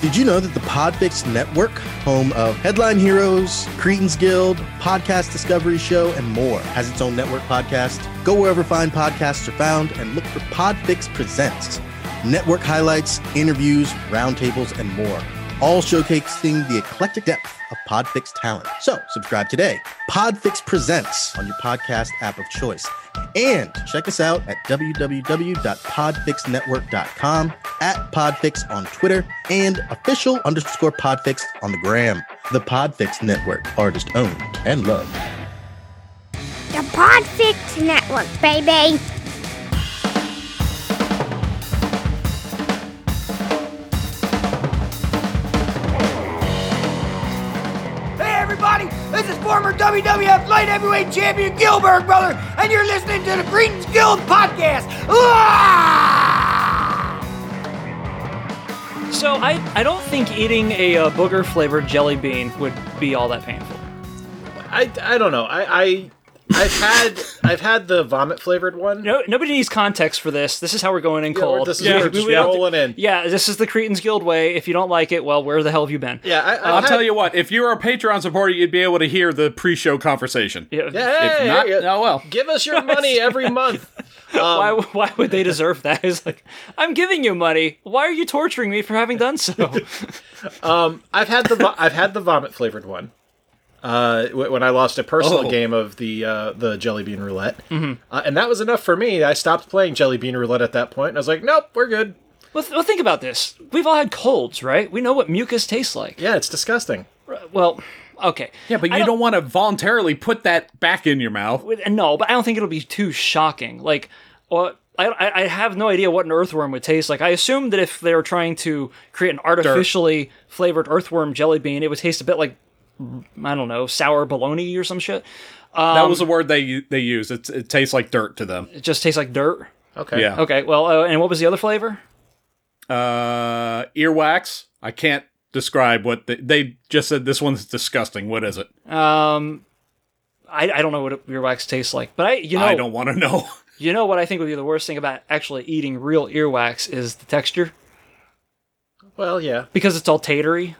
Did you know that the Podfix Network, home of Headline Heroes, Cretans Guild, Podcast Discovery Show, and more, has its own network podcast? Go wherever fine podcasts are found and look for Podfix Presents. Network highlights, interviews, roundtables, and more, all showcasing the eclectic depth of Podfix talent. So subscribe today. Podfix Presents on your podcast app of choice. And check us out at www.podfixnetwork.com, at Podfix on Twitter, and official underscore Podfix on the gram. The Podfix Network, artist owned and loved. The Podfix Network, baby. Hey everybody, this is former WWF Light Heavyweight Champion Gilbert, brother, and you're listening to the Greetings Guild Podcast. Ah! So I, I don't think eating a uh, booger flavored jelly bean would be all that painful. I, I don't know. I, I I've had I've had the vomit flavored one. No, nobody needs context for this. This is how we're going in Yeah, cold. This is Yeah, we're we- just we- rolling in. yeah, this is the Cretans Guild way. If you don't like it, well, where the hell have you been? Yeah, I, I'll tell you what, if you were a Patreon supporter, you'd be able to hear the pre-show conversation. Yeah. Hey, If not, yeah, oh well. Give us your money every month. Why, um, why would they deserve that? It's like, I'm giving you money. Why are you torturing me for having done so? I've had the vo- I've had the vomit flavored one. Uh, wh- when I lost a personal Oh. Mm-hmm. game of the uh, the Jelly Bean Roulette, uh, and that was enough for me. I stopped playing Jelly Bean Roulette at that point. And I was like, nope, we're good. well, th- well, think about this. We've all had colds, right? We know what mucus tastes like. Yeah, it's disgusting. Well, okay. Yeah, but you I don't, don't- want to voluntarily put that back in your mouth. But- and no, but I don't think it'll be too shocking. Like, well, I, I I have no idea what an earthworm would taste like. I assume that if they were trying to create an artificially flavored earthworm jelly bean, it would taste a bit like I don't know sour bologna or some shit. that Um, was the word they they use. It's, it tastes like dirt to them. It just tastes like dirt. Okay. Yeah. Okay, well, uh, and what was the other flavor? Uh, earwax. I can't describe what they, they just said. This one's disgusting. What is it? Um, I, I don't know what earwax tastes like, but I you know I don't want to know. you know what I think would be the worst thing about actually eating real earwax is the texture. Well, yeah. because it's all tatery,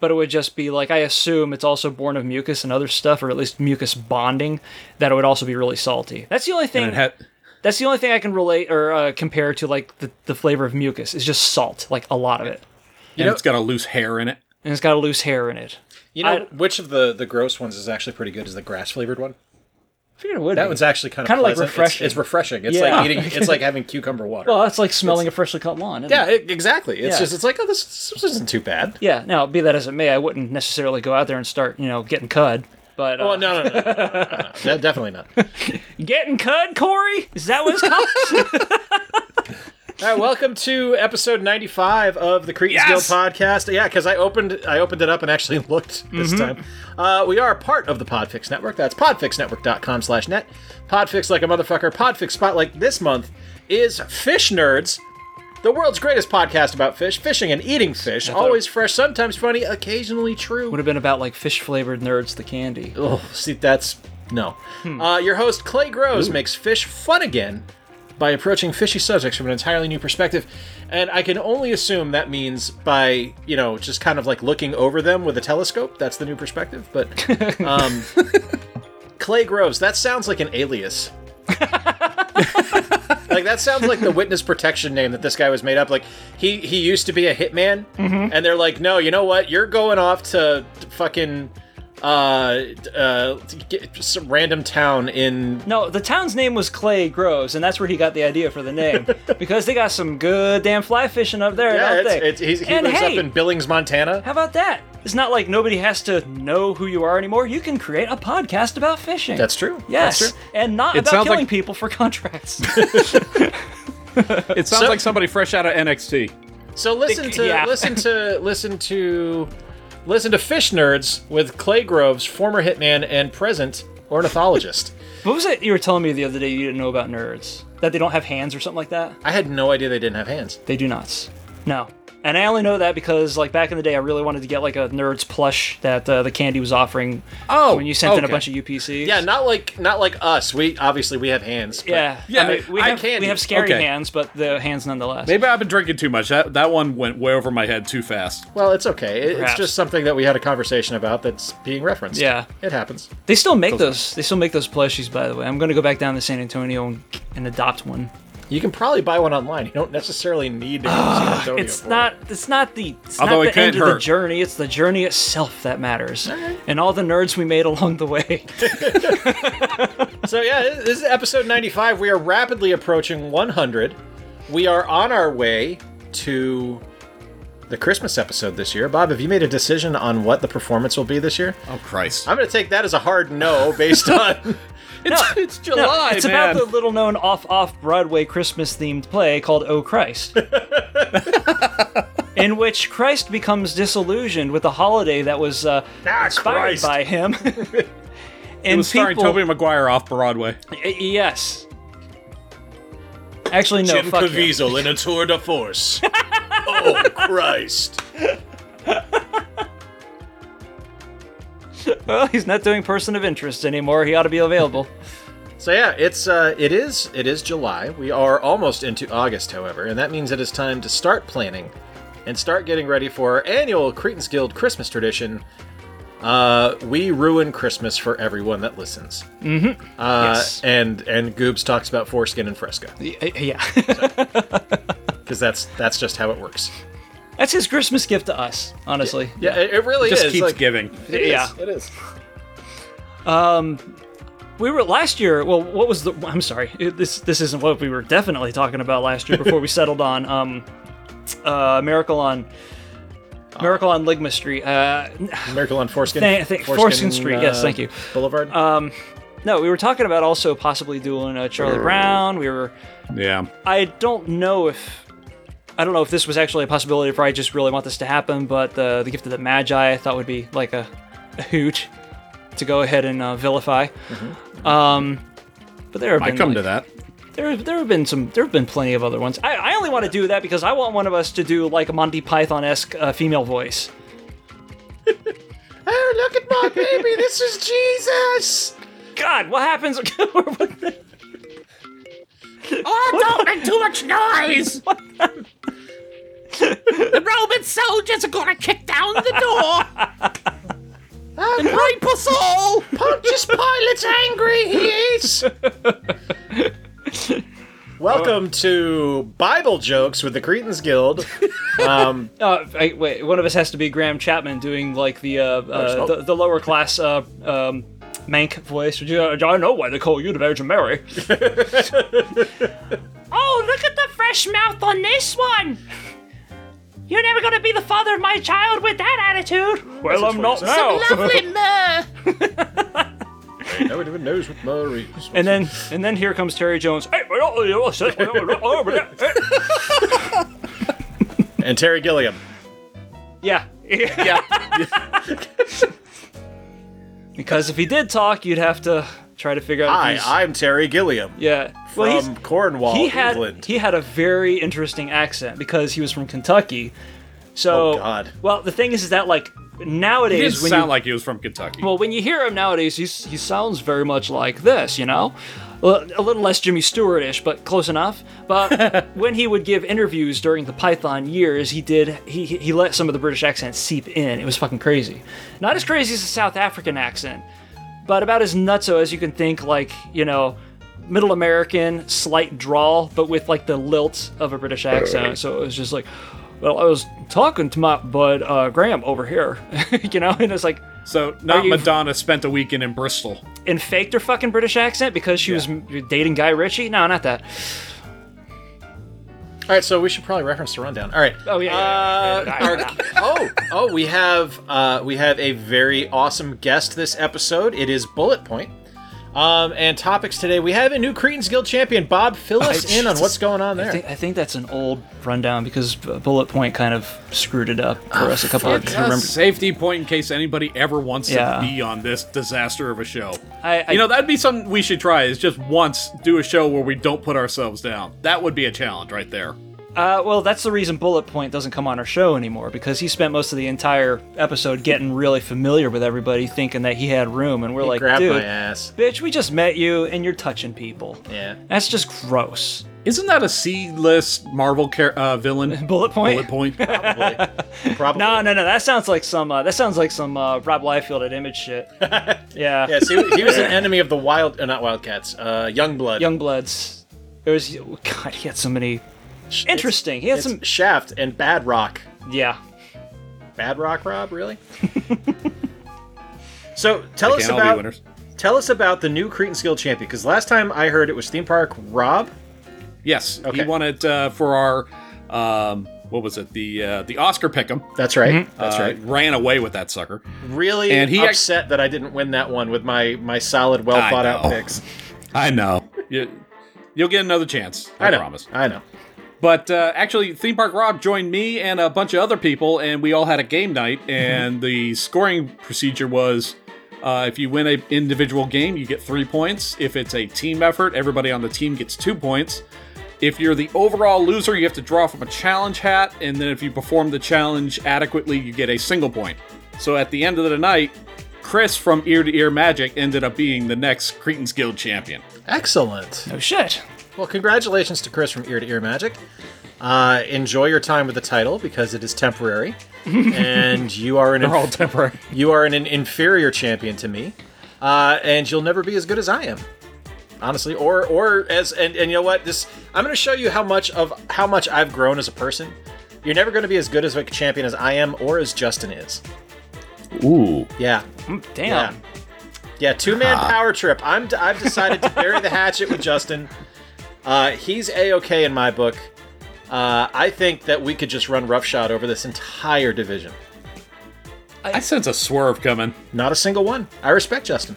but it would just be like I assume it's also born of mucus and other stuff, or at least mucus bonding. That it would also be really salty. That's the only thing. It had- that's the only thing I can relate or uh, compare to like the, the flavor of mucus is just salt, like a lot of it, and it's got a loose hair in it. and it's got a loose hair in it. You know I- which of the the gross ones is actually pretty good is the grass flavored one. I figured it would. That be. one's actually kind of Kinda like refreshing. It's, it's refreshing. It's Yeah. like eating. It's like having cucumber water. well, that's like smelling a freshly cut lawn. isn't yeah, it? it, exactly. It's Yeah. just it's like oh this, this isn't too bad. Yeah. Now, be that as it may, I wouldn't necessarily go out there and start you know getting cud. But uh, Well, no, no, no, no, no, no, no. definitely not. All getting cud, Corey, is that what it's called? right, welcome to episode ninety-five of the Cretans Yes! Guild podcast. Yeah, because I opened I opened it up and actually looked this time. Uh, we are part of the Podfix Network. That's podfixnetwork.com/net. Podfix like a motherfucker. Podfix spotlight this month is Fish Nerds. The world's greatest podcast about fish, fishing and eating fish. Always fresh, sometimes funny, occasionally true. would have been about like fish flavored nerds, the candy. Oh, see, that's no. Uh, your host Clay Groves makes fish fun again by approaching fishy subjects from an entirely new perspective, and I can only assume that means by you know just kind of like looking over them with a telescope. That's the new perspective. But um, Clay Groves, that sounds like an alias. like that sounds like the witness protection name that this guy was made up. Like he he used to be a hitman, and they're like, no, you know what? You're going off to fucking uh, d- uh, to get some random town in. No, the town's name was Clay Groves, and that's where he got the idea for the name because they got some good damn fly fishing up there, Yeah, don't it's, they? it's, he's, he and lives hey, up in Billings, Montana. how about that? It's not like nobody has to know who you are anymore. You can create a podcast about fishing. That's true. Yes, That's true. and not It about sounds killing like- people for contracts. Uh, It sounds So- like somebody fresh out of NXT. So listen to yeah. listen to listen to listen to Fish Nerds with Clay Groves, former hitman and present ornithologist. what was it you were telling me the other day? You didn't know about nerds that they don't have hands or something like that. I had no idea they didn't have hands. They do not. No, And I only know that because, like, back in the day, I really wanted to get like a Nerds plush that uh, the candy was offering. Oh, when you sent in a okay. bunch of UPCs. Yeah, not like not like us. We obviously we have hands. but- yeah, Yeah, I mean, we I have can- we have scary okay. hands, but the hands nonetheless. Maybe I've been drinking too much. That that one went way over my head too fast. Well, it's okay. It- It's Perhaps. just something that we had a conversation about that's being referenced. Yeah. it happens. They still make those. They still make those plushies, by the way. I'm gonna go back down to San Antonio and, and adopt one. You can probably buy one online. You don't necessarily need to go to San Antonio. It's for not. It's not the. It's Although it not the can't end of hurt. the journey. It's the journey itself that matters, and all the nerds we made along the way. it. So yeah, this is episode 95. We are rapidly approaching 100. We are on our way to the Christmas episode this year. Bob, have you made a decision on what the performance will be this year? Oh Christ! I'm going to take that as a hard no based on it's, it's No, July, it's man. about the little-known off-off Broadway Christmas-themed play called "Oh Christ," in which Christ becomes disillusioned with a holiday that was uh, Ah, inspired Christ. by him. and it was starring people, Toby Maguire off Broadway. Y- Yes. Actually, no. fuck him. in a tour de force. oh Christ! Well, he's not doing person of interest anymore. He ought to be available. So yeah, it's uh, it is it is July. We are almost into August, however, and that means it is time to start planning and start getting ready for our annual Cretans Guild Christmas tradition. Uh, we ruin Christmas for everyone that listens. Mm-hmm. Uh, Yes. And and Goobs talks about foreskin and fresco Y- y- Yeah. because that's that's just how it works. That's his Christmas gift to us, honestly. Yeah, it, it really Just is. keeps like- giving. it is, Yeah. it is. We were last year. Well, what was the? I'm sorry. it- This this isn't what we were definitely talking about last year before we settled on um, uh, Miracle on Miracle on Ligma Street. Uh, Miracle on foreskin. uh, Thank- thank- Foreskin Street, yes, thank you. Uh, Boulevard. no, we were talking about also possibly doing uh, Charlie Brown. We were. Yeah. I don't know if I don't know if this was actually a possibility if I just really want this to happen, but the the gift of the Magi I thought would be like a, a hoot to go ahead and uh, vilify. Um, but there have Mm-hmm. I been come like, to that. there there have been some there have been plenty of other ones. I, I only want to do that because I want one of us to do like a Monty Python esque uh, female voice. oh, look at my baby! this is Jesus. God, what happens? Oh, don't make too much noise! the Roman soldiers are gonna kick down the door and rape us all! Pontius Pilate's angry. He is. Welcome to Bible jokes with the Cretans Guild. Um, Uh, I, wait, one of us has to be Graham Chapman doing like the uh, uh, not. the, the lower class uh, um, Mank voice. Do you- I know why they call you the Virgin Mary. Oh, look at the fresh mouth on this one! You're never gonna be the father of my child with that attitude! Well, I'm not now. Lovely myrrh! no one even knows what Murray is. And then and then here comes Terry Jones. Hey, we're not- we're not- we're not- hey. And Terry Gilliam. yeah. Yeah. because if he did talk, you'd have to try to figure out. if Hi, he's- I'm Terry Gilliam yeah. well, he's- from Cornwall, he had England. he had a very interesting accent because he was from Kentucky. So, Oh, God. well, the thing is, is that like It didn't nowadays when sound you, like he was from Kentucky. well when you hear him nowadays, he's, he sounds very much like this, you know, Well, a little less Jimmy Stewart-ish, but close enough. But when he would give interviews during the Python years, he did he he he let some of the British accent seep in. It was fucking crazy. Not as crazy as a South African accent, but about as nutso as you can think. Like you know middle American, slight drawl, but with like the lilt of a British accent. So it was just like, well, I was talking to my bud uh, Graham over here, you know, and it's like, so not you- Madonna spent a weekend in Bristol. and faked her fucking British accent because she was m- dating Guy Ritchie. No, not that. All right, so we should probably reference the rundown. All right. Oh yeah, yeah, yeah, yeah, yeah, yeah. Uh, oh, oh, we have uh, we have a very awesome guest this episode. It is Bullet Point. Um, and topics today, we have a new Cretans Guild champion, Bob. Fill us in on what's going on I think, there. I think that's an old rundown because B- Bullet Point kind of screwed it up Oh, for us a couple of Just safety point in case anybody ever wants Yeah. to be on this disaster of a show. I- I- you know, that'd be something we should try is just once do a show where we don't put ourselves down. That would be a challenge right there. Uh, well, that's the reason Bullet Point doesn't come on our show anymore because he spent most of the entire episode getting really familiar with everybody, thinking that he had room, and we're like, Grab dude, my ass. bitch, we just met you and you're touching people. Yeah. That's just gross. Isn't that a C list Marvel car- uh, villain? Bullet Point. Bullet point. Probably. Probably. No, no, no. That sounds like some. Uh, that sounds like some uh, Rob Liefeld at Image shit. yeah. Yes, he, he was an enemy of the wild, uh, not Wildcats, uh, Youngblood. Youngbloods. It was. oh, God, he had so many. It's- Interesting. He had it's some. Shaft and Bad Rock. Yeah. Bad Rock, Rob, really? so tell Can't us all be about winners. tell us about the new Cretan Skill Champion because last time I heard it was Theme Park Rob. Yes, Okay. he won it uh, for our um, what was it the uh, the Oscar pick'em. That's right. That's Uh, right. Ran away with that sucker. Really and he act- upset that I didn't win that one with my my solid, well I thought out know. picks. I know. You, you'll get another chance. I, I know. promise. I know. But uh, actually, Theme Park Rob joined me and a bunch of other people, and we all had a game night. And the scoring procedure was uh, if you win an individual game, you get three points. If it's a team effort, everybody on the team gets two points. If you're the overall loser, you have to draw from a challenge hat. And then if you perform the challenge adequately, you get a single point. So at the end of the night, Chris from Ear to Ear Magic ended up being the next Cretans Guild champion. Excellent. Oh shit. Well, congratulations to Chris from Ear to Ear Magic. Uh, enjoy your time with the title because it is temporary, and you are an They're all temporary. You are an, inferior champion to me, uh, and you'll never be as good as I am, honestly. Or, or as and, and you know what? This I'm going to show you how much of how much I've grown as a person. You're never going to be as good as a champion as I am, or as Justin is. Ooh. Yeah, Mm, yeah, Damn. yeah. Two man power trip. I'm d- I've decided to bury the hatchet with Justin. Uh, he's a okay in my book. Uh, I think that we could just run roughshod over this entire division. I sense a swerve coming. Not a single one. I respect Justin.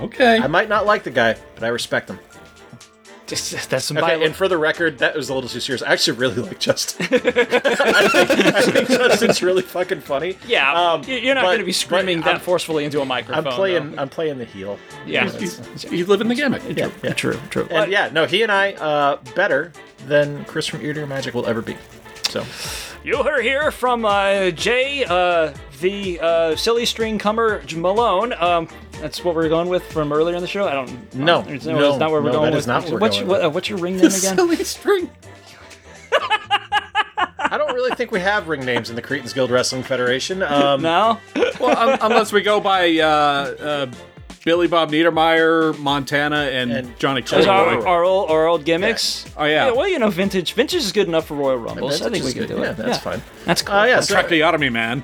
Okay. I might not like the guy, but I respect him. Just- That's some. Okay, violent- and for the record, that was a little too serious. I actually really like Justin. I, think, I think Justin's really fucking funny. yeah. Um, you- you're not but- going to be screaming but that I'm, forcefully into a I'm microphone. playing. though. I'm playing the heel. Yeah. He's, he's living the gimmick. True, true, true. And yeah, no, he and I uh, better than Chris from Ear to Ear Magic will ever be. So You heard here from uh, Jay, uh, the uh, silly string comer J- Malone. Um, that's what we we're going with from earlier in the show. I don't. No, it's no, it's not where we're no, going that with. is not where we're what's, going what, with uh, what's your ring name again? Silly string. I don't really think we have ring names in the Cretans Guild Wrestling Federation. Um, No. Well, un- unless we go by uh, uh, Billy Bob Niedermeyer, Montana, and, And- Johnny Oh, Those are Kilroy. our, our old, our old gimmicks. Oh, yeah. Well, you know, vintage. Vintage is good enough for Royal Rumbles. I Vintage think we is can good. do it. Yeah, that's fine. That's cool. Uh, yeah, so- Tracheotomy man.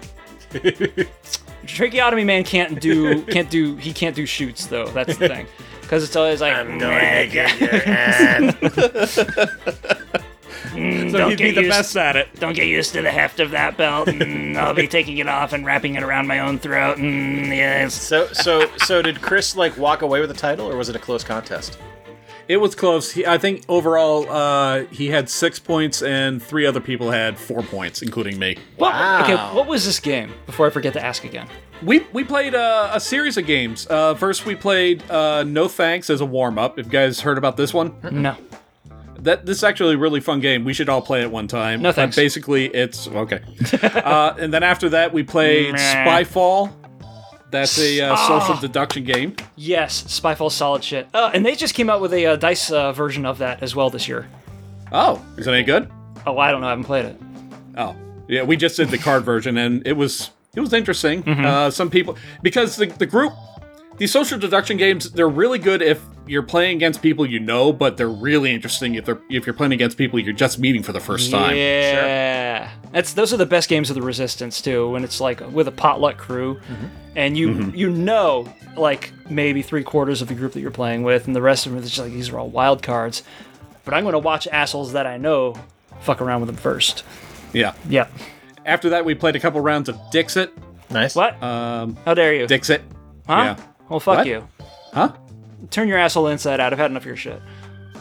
Tracheotomy man can't do can't do he can't do shoots though. That's the thing. Because it's always like "Mm, So he'd be get the used- best at it. Don't get used to the heft of that belt. Mm, I'll be taking it off and wrapping it around my own throat. Mm, yes. So so so did Chris like walk away with the title, or was it a close contest? It was close. He, I think overall uh, he had six points, and three other people had four points, including me. what, okay. Wow. What was this game? Before I forget to ask again. We we played uh, a series of games. Uh, first, we played uh, No Thanks as a warm up. If you guys heard about this one, No. That this is actually a really fun game. We should all play it one time. No, But thanks. basically, it's okay. uh, and then after that, we played Spyfall. That's a Ah. uh, social deduction game. Yes, Spyfall solid shit. Uh, and they just came out with a uh, dice uh, version of that as well this year. Oh, is it any good? Oh, I don't know. I haven't played it. Oh, yeah. We just did the card version, and it was it was interesting. Mm-hmm. Uh, some people because the the group these social deduction games they're really good if you're playing against people you know, but they're really interesting if they're if you're playing against people you're just meeting for the first time. Yeah, that's those are the best games of the Resistance too. When it's like with a potluck crew, Mm-hmm. and you you know like maybe three quarters of the group that you're playing with, and the rest of them is just like these are all wild cards. But I'm gonna watch assholes that I know fuck around with them first. Yeah. Yeah. After that, we played a couple rounds of Dixit. Nice. What? How dare you? Dixit. huh? Um, yeah. Well, fuck What? you. Huh? Turn your asshole inside out. I've had enough of your shit.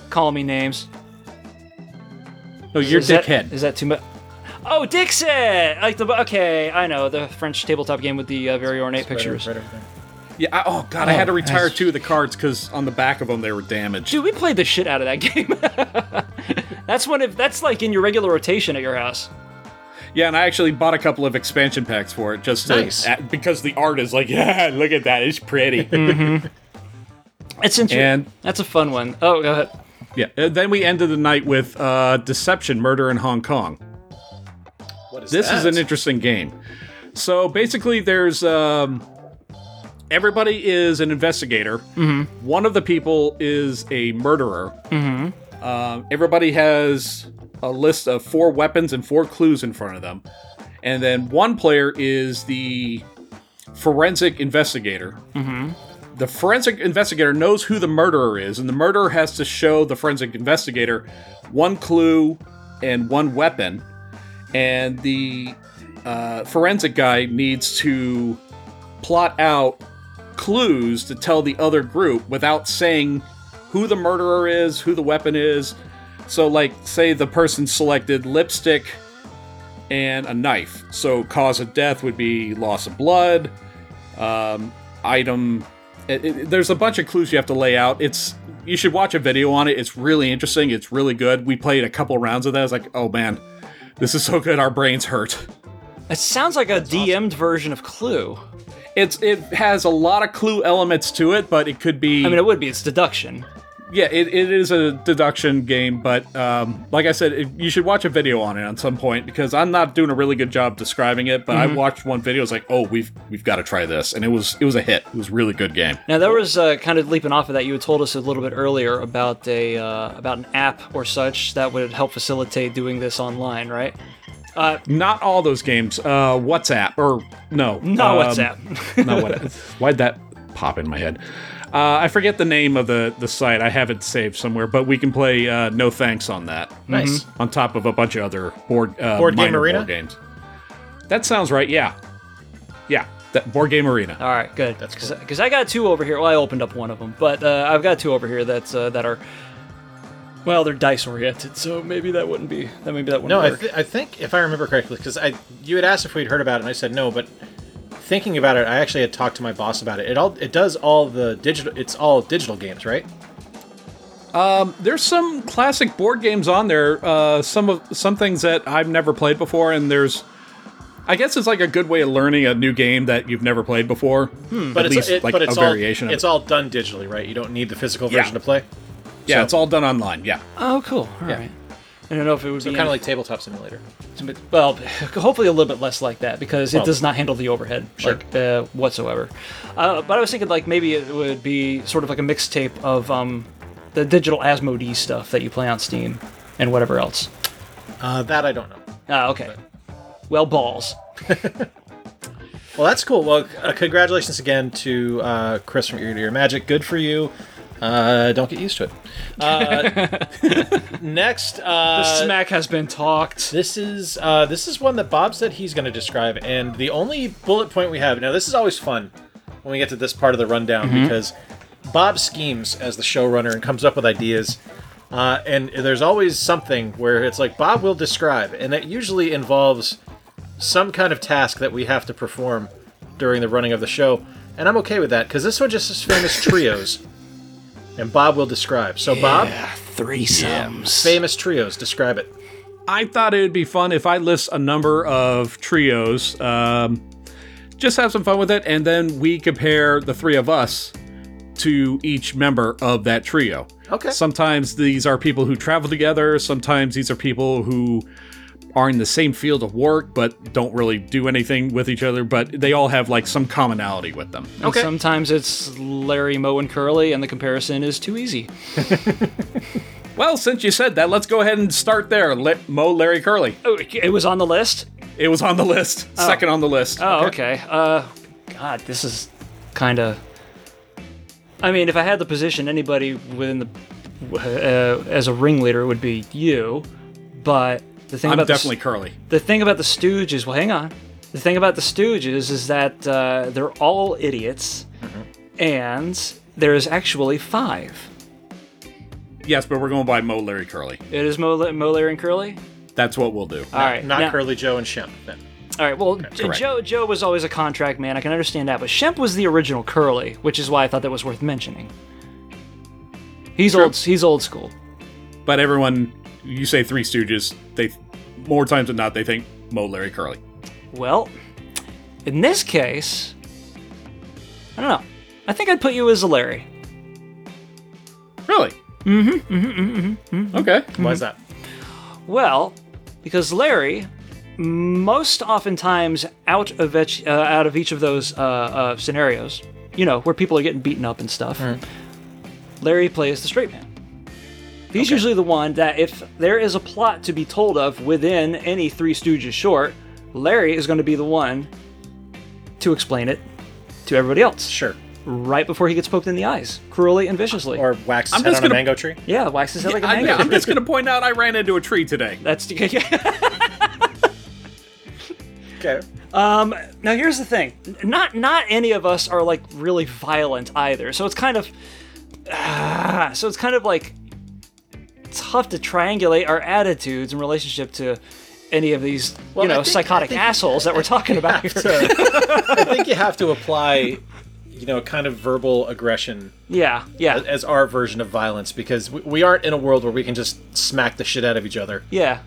Calling me names. No, you're is that- dickhead. Is that too much? Oh, Dixit! Like the okay, I know the French tabletop game with the uh, very ornate pictures. Right over there. Yeah. I, oh god, I had to Oh, retire that's- two of the cards because on the back of them they were damaged. Dude, we played the shit out of that game. that's one of that's like in your regular rotation at your house. Yeah, and I actually bought a couple of expansion packs for it just to, Nice. a- because the art is like, yeah, look at that, it's pretty. It's interesting. And- that's a fun one. Oh, go ahead. yeah. and then we ended the night with uh, Deception: Murder in Hong Kong. What is This is is an interesting game. So basically, there's um, everybody is an investigator. One of the people is a murderer. Um, everybody has a list of four weapons and four clues in front of them, and then one player is the forensic investigator. The forensic investigator knows who the murderer is, and the murderer has to show the forensic investigator one clue and one weapon and the uh, forensic guy needs to plot out clues to tell the other group without saying who the murderer is, who the weapon is. So, like, say the person selected lipstick and a knife. So, cause of death would be loss of blood. Um, item. It, it- there's a bunch of clues you have to lay out. It's you should watch a video on it. It's really interesting. It's really good. We played a couple rounds of that. I was like, oh man, this is so good. Our brains hurt. It sounds like a DM'd version of Clue. It's it has a lot of clue elements to it, but it could be. I mean, it would be. It's deduction. yeah, it, it is a deduction game, but um, like I said, it, you should watch a video on it at some point because I'm not doing a really good job describing it. But Mm-hmm. I watched one video. It's like, oh, we've we've got to try this, and it was it was a hit. It was a really good game. Now there was uh, kind of leaping off of that. You had told us a little bit earlier about a uh, about an app or such that would help facilitate doing this online, right? Not all those games. Uh, WhatsApp or no, No, um, WhatsApp. no, what? Why'd that pop in my head? Uh, I forget the name of the the site. I have it saved somewhere, but we can play uh, No Thanks on that. Nice. On top of a bunch of other board uh, Board Game minor Arena? board games. That sounds right. Yeah, yeah. That board game arena. Oh. All right, good. That's because I got two over here. Well, I opened up one of them, but uh, I've got two over here that's uh, that are well, they're dice oriented, so maybe that wouldn't be that maybe that wouldn't No, I, work. th- I think if I remember correctly, because I you had asked if we'd heard about it, and I said no. But thinking about it, I actually had talked to my boss about it. It all it does all the digital. It's all digital games, right? There's some classic board games on there. Uh, some of some things that I've never played before, and there's. I guess it's like a good way of learning a new game that you've never played before. Hmm. But At it's least, it, like but it's a all variation of it's it. all done digitally, right? You don't need the physical Yeah. version to play. yeah, so- it's all done online. Yeah. oh, cool. All right. I don't know if it would So be kind of like tabletop simulator. like well, hopefully a little bit less like that because it Well- does not handle the overhead Sure. like uh, whatsoever. Uh, but I was thinking like maybe it would be sort of like a mixtape of um, the digital Asmodee stuff that you play on Steam and whatever else. Uh, that I don't know. Ah, okay. Well, balls. Well, that's cool. Well, c- uh, congratulations again to uh, Chris from Ear to Ear Magic. Good for you. Uh, don't get used to it. Uh, next, uh, Smack has been talked. This is uh, this is one that Bob said he's going to describe, and the only bullet point we have now. This is always fun when we get to this part of the rundown because Bob schemes as the showrunner and comes up with ideas, uh, and there's always something where it's like Bob will describe, and that usually involves some kind of task that we have to perform during the running of the show, and I'm okay with that because this one just is famous trios, and Bob will describe. So Bob, Threesomes. famous trios, describe it. I thought it would be fun if I list a number of trios. Um, just have some fun with it, and then we compare the three of us to each member of that trio. Okay. Sometimes these are people who travel together. Sometimes these are people who are in the same field of work but don't really do anything with each other. But they all have like some commonality with them. And sometimes it's Larry, Moe, and Curly, and the comparison is too easy. Well, since you said that, let's go ahead and start there. Let Mo Larry Curly. Oh, it was on the list? It was on the list. Second on the list. Oh, okay. Uh, God, this is kind of. I mean, if I had the position, anybody within the. Uh, as a ringleader would be you, but the thing I'm about the s- definitely Curly. the thing about the Stooges, well, hang on. The thing about the Stooges is that uh, they're all idiots, Mm-hmm. and there's actually five. Yes, but we're going by Mo Larry Curly. It is Mo, Mo Larry, and Curly. That's what we'll do. All right, Not now- Curly Joe and Shemp. All right. Well, J- Joe Joe was always a contract man. I can understand that, but Shemp was the original Curly, which is why I thought that was worth mentioning. He's old. He's old school. But everyone, you say Three Stooges, they more times than not they think Mo, Larry, Curly. Well, in this case, I don't know. I think I'd put you as a Larry. Really? Mm-hmm. Mm-hmm. Okay. Why is that? Well, because Larry, most oftentimes out of each, uh, out of each of those uh, uh, scenarios, you know, where people are getting beaten up and stuff, Larry plays the straight man. He's usually the one that, if there is a plot to be told of within any Three Stooges short, Larry is going to be the one to explain it to everybody else Sure. right before he gets poked in the eyes, cruelly and viciously. Or wax I'm head on just a gonna- mango tree. yeah, waxes it like a I, mango. am just going to point out I ran into a tree today. That's Okay. Um, now here's the thing. N- Not not any of us are like really violent either. So it's kind of ah, so it's kind of like tough to triangulate our attitudes in relationship to any of these Well, I you know think- I psychotic think- assholes that we're talking about here. I think you have to apply, you know, a kind of verbal aggression yeah, yeah. as our version of violence because we, we aren't in a world where we can just smack the shit out of each other. Yeah.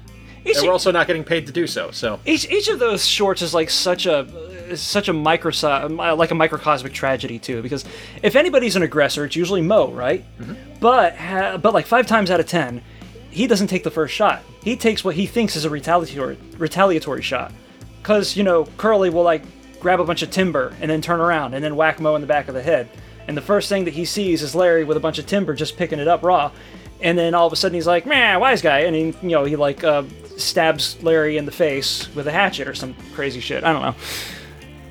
Each, And we're also not getting paid to do so. So each each of those shorts is like such a is such a microso- uh, like a microcosmic tragedy too because if anybody's an aggressor it's usually Mo, right? But ha- but like 5 times out of 10 he doesn't take the first shot. He takes what he thinks is a retaliatory retaliatory shot. Cuz you know Curly will like grab a bunch of timber and then turn around and then whack Mo in the back of the head. And the first thing that he sees is Larry with a bunch of timber just picking it up raw. And then all of a sudden he's like, "Man, wise guy," and he, you know, he like uh, stabs Larry in the face with a hatchet or some crazy shit. I don't know.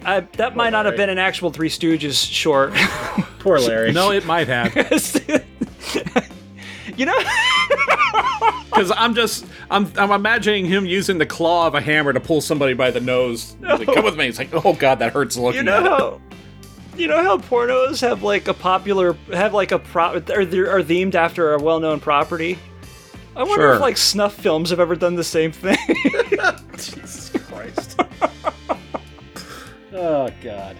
I, that might not have been an actual Three Stooges short. poor Larry. No, it might have you know, because I'm just I'm I'm imagining him using the claw of a hammer to pull somebody by the nose. Like, Come with me. It's like, oh god, that hurts looking you know at it. how you know how pornos have like a popular have like a pro are, are themed after a well-known property. I wonder Sure. if like snuff films have ever done the same thing. Jesus Christ. oh God.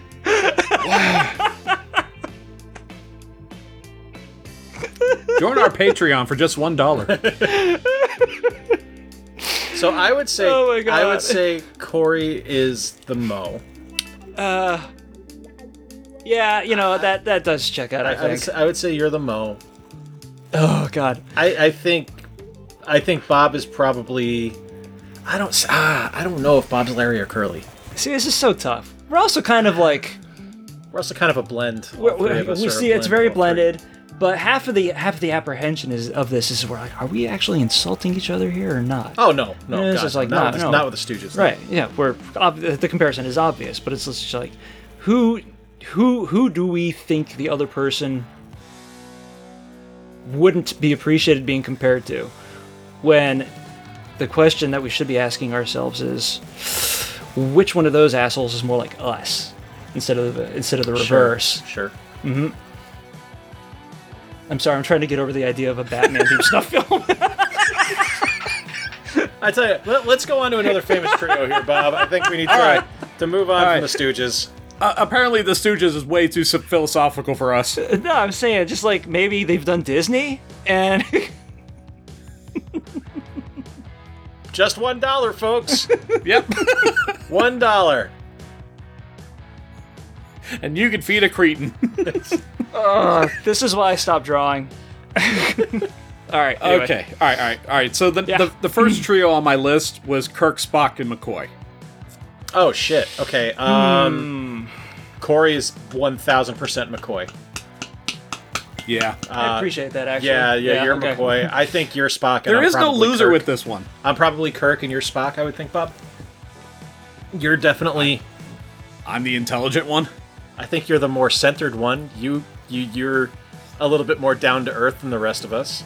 Join our Patreon for just one dollar. So I would say Oh my God. I would say Corey is the Mo. yeah, you know that that does check out. I, I I would, think. say, I would say you're the Mo. Oh God. I, I think I think Bob is probably I don't s- ah, I don't know if Bob's Larry or Curly. See, this is so tough. We're also kind of like We're also kind of a blend. all we- three we of us we are a see it's blend very of all three. blended, but half of the half of the apprehension is of this is we're like, are we actually insulting each other here or not? Oh no, no, Yeah, it's God, just like, not, nah, with, no. not with the Stooges. Right. Yeah. We're ob- the comparison is obvious, but it's just like, who, who, who do we think the other person wouldn't be appreciated being compared to? When the question that we should be asking ourselves is, which one of those assholes is more like us, instead of the, instead of the reverse? Sure. I'm sorry, I'm trying to get over the idea of a Batman deep stuff film. I tell you, let, us go on to another famous trio here, Bob. I think we need to, right. to move on All from right. the Stooges. uh, apparently, the Stooges is way too sub- philosophical for us. no, I'm saying just like maybe they've done Disney and. Just one dollar, folks. Yep. one dollar. and you can feed a cretin. This is why I stopped drawing. All right. anyway. Okay. All right. All right. All right. So the, Yeah. the the first trio on my list was Kirk, Spock, and McCoy. Oh shit. Okay. Um, Corey is one thousand percent McCoy. Yeah. I appreciate that. Actually. Uh, Yeah, yeah, you're okay. McCoy. I think you're Spock. And there I'm is no probably loser Kirk. with this one. I'm probably Kirk, and you're Spock. I would think, Bob. You're definitely. I'm the intelligent one. I think you're the more centered one. You, you, you're a little bit more down to earth than the rest of us.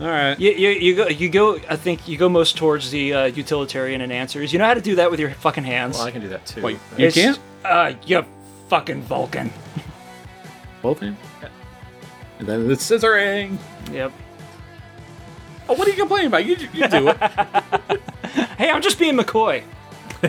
All right. You, you, you go you go I think you go most towards the uh, utilitarian in answers. You know how to do that with your fucking hands. Well, I can do that too. Wait, you It's- can't? Uh, you fucking Vulcan. Both hands. And then the scissoring. Yep. Oh, what are you complaining about? You, you do it. Hey, I'm just being McCoy.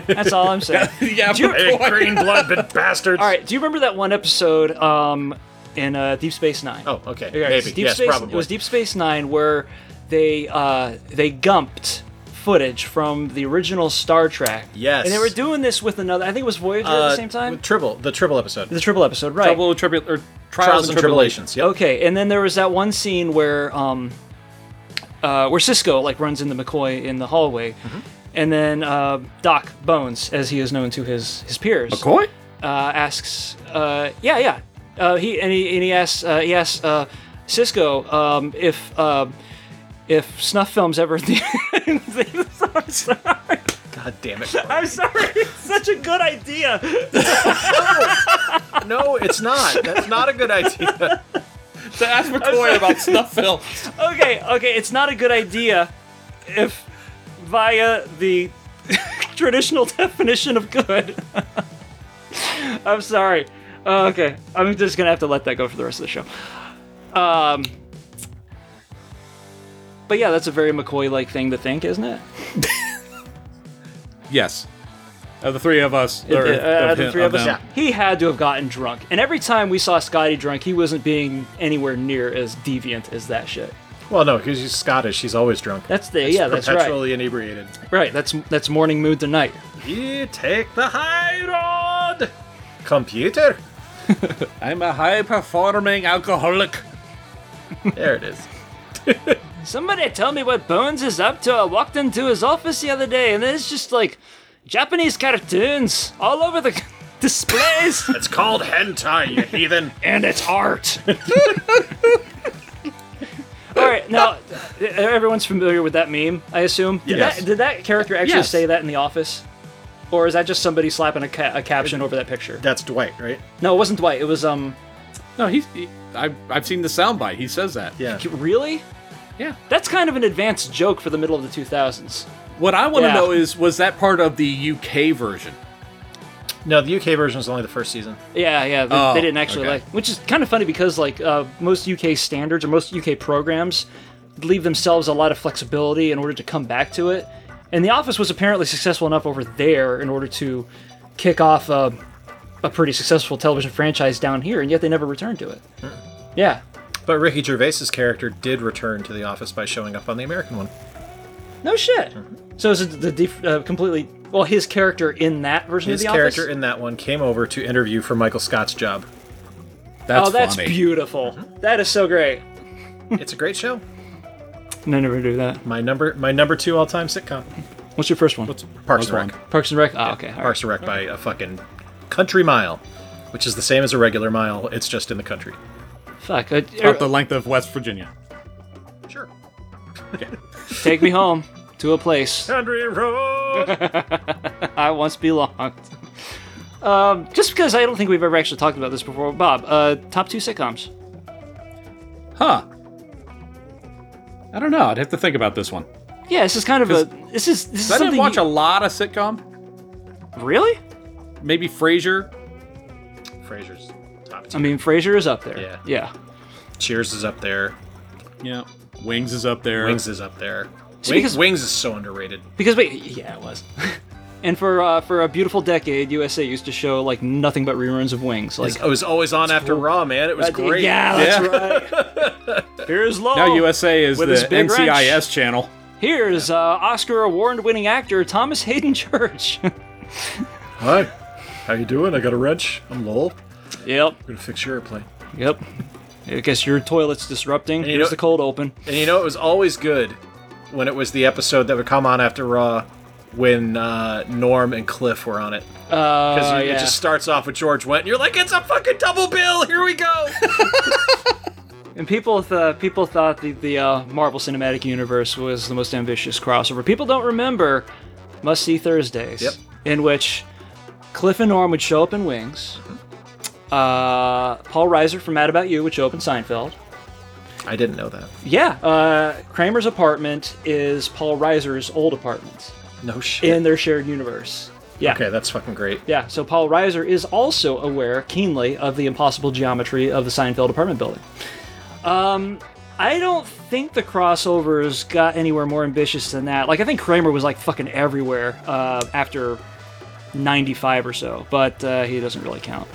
That's all I'm saying. yeah, Do you- but- green blood, but bastards. All right. Do you remember that one episode um, in uh, Deep Space Nine? Oh, okay. Yeah, it's Maybe. Deep yes, Space, probably. It was Deep Space Nine where they uh, they gumped footage from the original Star Trek. Yes. And they were doing this with another. I think it was Voyager at the Uh, same time. with Tribble, the Tribble episode. the triple episode, right? Trouble, tribu- or Trials and Tribulations. Yep. Okay, and then there was that one scene where um, uh, where Cisco like runs into McCoy in the hallway, Mm-hmm. and then uh, Doc Bones, as he is known to his his peers, McCoy? uh, asks, uh, yeah, yeah, uh, he and he and he asks uh, he asks uh, Cisco um, if uh, if snuff films ever. I'm sorry. God damn it. I'm sorry. It's such a good idea. no, it's not. That's not a good idea. To ask McCoy about stuff, Phil. okay, okay, it's not a good idea if via the traditional definition of good. I'm sorry. Uh, okay, I'm just gonna have to let that go for the rest of the show. Um, but yeah, that's a very McCoy-like thing to think, isn't it? Yes. Of the three of us. Uh, or uh, of the him- three of us. them. He had to have gotten drunk, and every time we saw Scotty drunk, he wasn't being anywhere near as deviant as that shit. Well, no, because he's Scottish. He's always drunk. That's the yeah, that's right. Perpetually inebriated. Right, that's that's morning mood to night. You take the high road, computer. I'm a high performing alcoholic. There it is. Somebody tell me what Bones is up to. I walked into his office the other day, and it's just like Japanese cartoons all over the displays, It's called hentai, you heathen. and it's art. all right, now e-, everyone's familiar with that meme, I assume. Did, Yes. that, did that character actually Yes. say that in the office? Or is that just somebody slapping a, ca- a caption over that picture? That's Dwight, right? No, it wasn't Dwight. It was um. No, he's. He, I've, I've seen the soundbite. He says that. Yeah. Really? Yeah. That's kind of an advanced joke for the middle of the 2000s. What I want to Yeah. know is was that part of the UK version? No, the UK version is only the first season. Yeah, yeah, they, Oh, they didn't actually like, okay. which is kind of funny because like uh, most UK standards or most UK programs leave themselves a lot of flexibility in order to come back to it. And The Office was apparently successful enough over there in order to kick off a, a pretty successful television franchise down here, and yet they never returned to it. Hmm. Yeah, But Ricky Gervais's character did return to the office by showing up on the American one. no shit. Hmm. So is it the def- uh, completely well his character in that version His of The character Office? in that one came over to interview for Michael Scott's job. That's oh, that's funny. beautiful. Mm-hmm. That is so great. it's a great show. No, never do that. My number, my number two all-time sitcom, What's your first one? Parks What's and Rec. Parks and Rec. Oh, okay. all right. Parks and Rec by a fucking country mile, which is the same as a regular mile. It's just in the country. Fuck. uh, er, I- About the length of West Virginia. Sure. Take me home to a place Country road. I once belonged. Um, just because I don't think we've ever actually talked about this before, Bob. Uh, top two sitcoms. Huh. I don't know. I'd have to think about this one. Yeah, this is kind of a. This is this is I didn't something. watch a you- lot of sitcom. really? Maybe Frasier. Frasier's top I tier. mean, Frasier is up there. Yeah. Yeah. Cheers is up there. Yeah. Wings is up there. Wings is up there. See, Wings, because- Wings is so underrated. Because wait, yeah, it was. and for uh, for a beautiful decade, USA used to show like nothing but reruns of Wings. Like Like, it was always on after Raw, man. It was great. Yeah, that's right. Here's Lowe. Now USA is Oh. With the his big NCIS wrench. channel. Here's uh, Oscar award-winning actor Thomas Hayden Church. Hi. How you doing? I got a wrench. I'm Lowell. yep. I'm gonna fix your airplane. Yep. I guess your toilet's disrupting. you Here's know- the cold open. And you know, it was always good when it was the episode that would come on after Raw when uh, Norm and Cliff were on it. Because Uh, it yeah. just starts off with George Wendt, and you're like, it's a fucking double bill. Here we go. And people th- uh, people thought the, the uh, Marvel Cinematic Universe was the most ambitious crossover. People don't remember Must See Thursdays, Yep. in which Cliff and Norm would show up in Wings. Uh, Paul Reiser from Mad About You would show up in Seinfeld. I didn't know that. Yeah, uh, Kramer's apartment is Paul Reiser's old apartment No shit. in their shared universe. Yeah. okay, that's fucking great. Yeah, so Paul Reiser is also aware keenly of the impossible geometry of the Seinfeld apartment building. Um, I don't think the crossovers got anywhere more ambitious than that. Like, I think Kramer was like fucking everywhere uh, after 95 or so, but uh, he doesn't really count.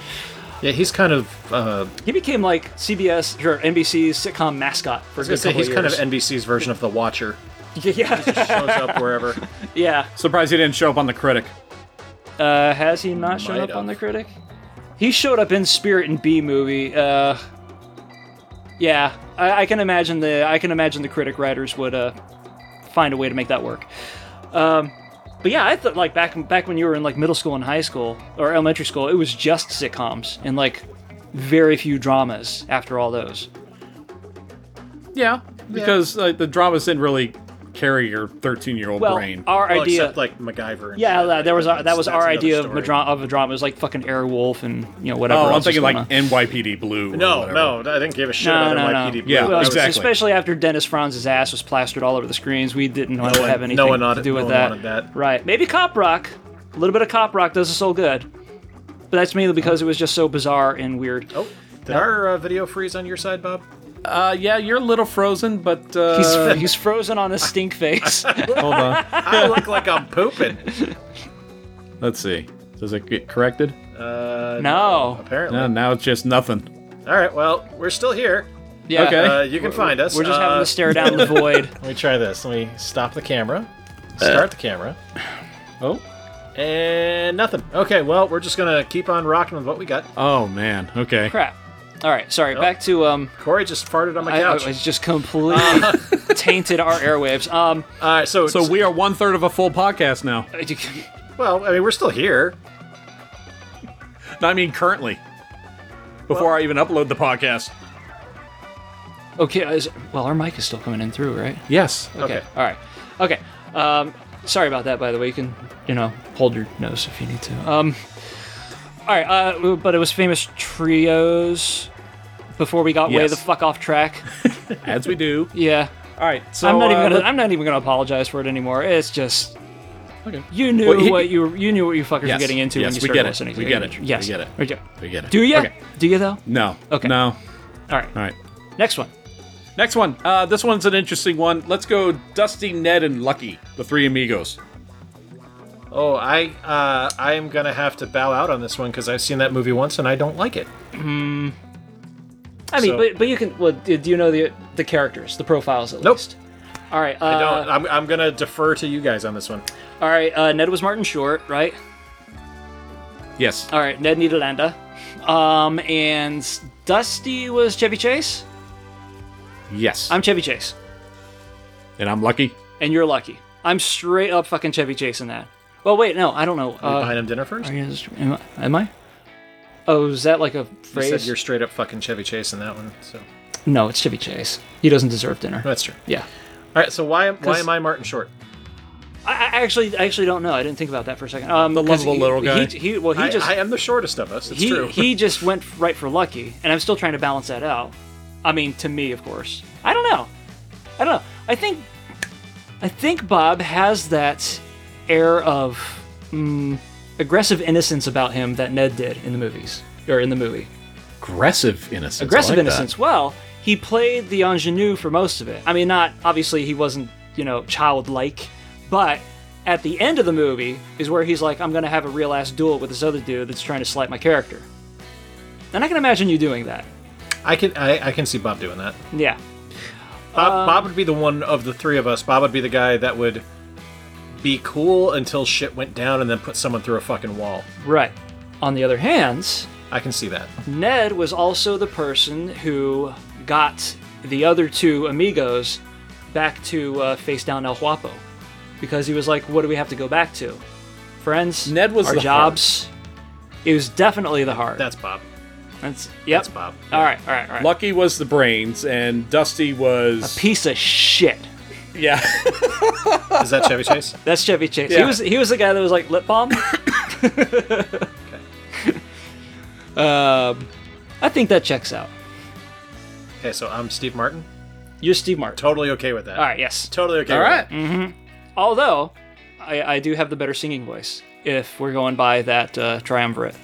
Yeah, he's kind of. Uh, He became like CBS or NBC's sitcom mascot for a I was good gonna say couple he's kind of years. NBC's version of the Watcher. yeah, Shows up wherever. yeah. Surprised he didn't show up on the critic. Uh, has he not shown Might up on the have. critic? He showed up in Spirit and B movie. Uh, yeah, I, I can imagine the I can imagine the critic writers would uh, find a way to make that work. Um, but yeah, I thought like back back when you were in like middle school and high school or elementary school, it was just sitcoms and like very few dramas after all those. Yeah, because uh, the dramas didn't really carry your 13 year old Well, brain. our Well, idea except like MacGyver. And Yeah, shit, that, there was our, that that's- was that's our another idea of, story. a dra- of a drama. It was like fucking Airwolf and you know whatever. oh, I'm else was thinking like going on. NYPD Blue. or No, whatever. no, I didn't give a shit No, about no, no. NYPD Blue. Yeah, That was- exactly. Especially after Dennis Franz's ass was plastered all over the screens, we didn't want to one- have no anything one to wanted- do no with one that. wanted that. Right? Maybe cop rock. A little bit of cop rock does us all good, but that's mainly because it was just so bizarre and weird. Oh, did our uh, video freeze on your side, Bob? Uh, yeah, you're a little frozen, but uh, He's, he's frozen on his stink face. Uh, hold on. I look like I'm pooping. Let's see. Does it get corrected? Uh, no, Apparently. No, now it's just nothing. All right. Well, we're still here. yeah, Okay. Uh, you can find us. we're just having Uh, to stare down the void. Let me try this. Let me stop the camera. Start the camera. Oh. And nothing. Okay. Well, we're just gonna keep on rocking with what we got. Oh man. Okay. Crap. All right, sorry. Back to um, Corey just farted on my I, I Oh. couch. was just completely tainted our airwaves. Um, All right. So, So we are one third of a full podcast now. well, I mean, we're still here. No, I mean currently. Before I even upload the podcast. okay, is, well, our mic is still coming in through, right? Yes. Okay. Okay. All right. Okay. Um, sorry about that, by the way. You can, you know, hold your nose if you need to. Um, all right. Uh, but it was famous trios before we got way Yes. the fuck off track. As we do. Yeah. All right. So I'm not even uh, gonna. let- I'm not even gonna apologize for it anymore. It's just. Okay. You knew Well, he- what you you knew what you fuckers Yes. were getting into Yes, when you we started get it. listening. We to get it. We Yes. get it. Okay. we get it. Do you? Okay. Do you though? No. Okay. No. All All right. right. Next one. Next one. Uh, this one's an interesting one. Let's go Dusty, Ned, and Lucky, the three amigos. Oh, I uh, I am gonna have to bow out on this one because I've seen that movie once and I don't like it. I mean, So- but, but you can. Well, do do you know the the characters, the profiles at Nope. least? All right. Uh, I don't. I'm, I'm gonna defer to you guys on this one. All right, uh, Ned was Martin Short, right? Yes. All right, Ned Niederlanda. Um, and Dusty was Chevy Chase? Yes. I'm Chevy Chase, and I'm Lucky. and you're lucky. I'm straight up fucking Chevy Chase in that. Well, wait, no, I don't know. Uh, Uh, him dinner first. are you, am, I, am I? Oh, is that like a You phrase? said you're straight up fucking Chevy Chase in that one. So no, it's Chevy Chase. He doesn't deserve dinner. that's true. Yeah. All right. So why am why 'Cause- am I Martin Short? I, I actually I actually don't know. I didn't think about that for a second. Um, the lovable little guy. He, he, well, he I, just I am the shortest of us. It's he, true. he just went right for lucky and i'm still trying to balance that out i mean to me of course i don't know i don't know i think i think bob has that air of mm, aggressive innocence about him that ned did in the movies or in the movie Aggressive innocence. I aggressive like that. innocence well he played the ingenue for most of it i mean not obviously he wasn't you know childlike but at the end of the movie is where he's like i'm gonna have a real ass duel with this other dude that's trying to slight my character and i can imagine you doing that I can I, I can see Bob doing that. yeah Bob, Uh, Bob would be the one of the three of us. Bob would be the guy that would be cool until shit went down and then put someone through a fucking wall. right on the other hand I can see that. ned was also the person who got the other two amigos back to uh, face down el huapo because he was like what do we have to go back to friends Ned was our the jobs it was definitely the heart That's Bob. That's yep. That's Bob. All right, all right, all right. Lucky was the brains, and Dusty was Piece of shit. yeah. Is that Chevy Chase? That's Chevy Chase. He Yeah. was he was the guy that was like lip balm. um, I think that checks out. Okay, so I'm Steve Martin. You're Steve Martin. Totally okay with that. All right, yes. Totally okay. All with right. Although I, I do have the better singing voice if we're going by that uh, triumvirate.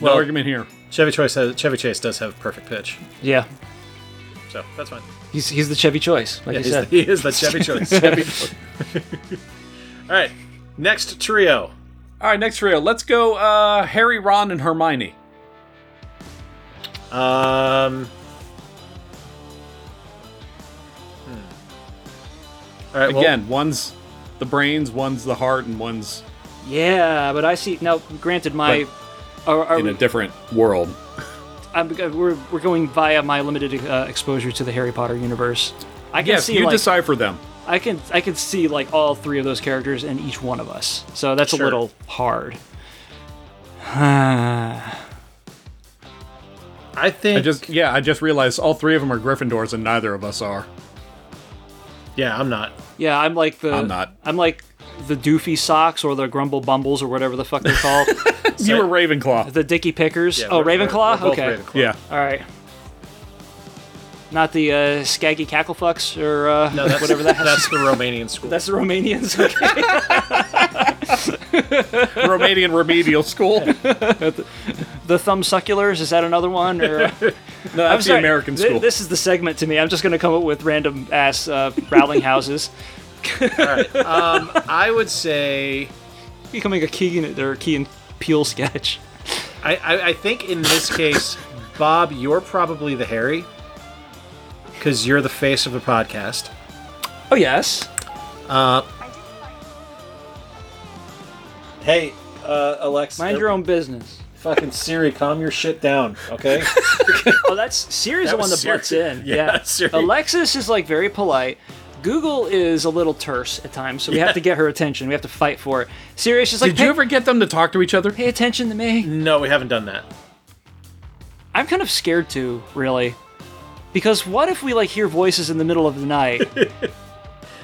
No Well- argument here. that. Chevy Chase has Chevy Chase does have perfect pitch, Yeah, so that's fine. he's he's the Chevy Choice, like Yeah, you he's the- said. he is the Chevy Chase. All right, next trio. All right, next reel. Let's go uh, Harry, Ron, and Hermione. Um. hmm. All right. well, Again, one's the brains, one's the heart, and one's Yeah, but I see. Now, granted, my. Are, are, in a different world. I'm, uh, we're, we're going via my limited uh, exposure to the Harry Potter universe. I can Yes, see you like decipher them. I can I can see like all three of those characters in each one of us. So that's a Sure. little hard. I think. I just yeah, I just realized all three of them are Gryffindors, and neither of us are. yeah, I'm not. Yeah, I'm like the I'm not. I'm like the Doofy socks or the Grumble Bumbles or whatever the fuck they're called. You were Ravenclaw. the Dicky Pickers. Yeah, oh, we're- we're- Ravenclaw. we're both okay. Ravenclaw. Yeah, All right. Not the uh, Skaggy Cacklefucks or uh, No, that's, whatever that. That's the Romanian school. That's the Romanians. Okay. Romanian remedial school. No, the Thumb Succulars. Is that another one? Or I'm that's the sorry, American thi- school. This is the segment to me. I'm just going to come up with random ass uh, rattling houses. um, I would say. Becoming a Keegan or Key and Peel sketch. I, I, I think in this case, Bob, you're probably the Harry, because you're the face of the podcast. Oh yes. Hey, uh, Alexa. Mind your own business. Fucking Siri, calm your shit down, okay? Oh, that's Siri's the That one that was butts Siri. in. Yeah, Yeah. Siri. Alexis is like very polite. Google is a little terse at times, so we have to get her attention. We have to fight for it. Siri's just like, Did pay, you ever get them to talk to each other? pay attention to me. no, we haven't done that. I'm kind of scared to, really. Because what if we like hear voices in the middle of the night?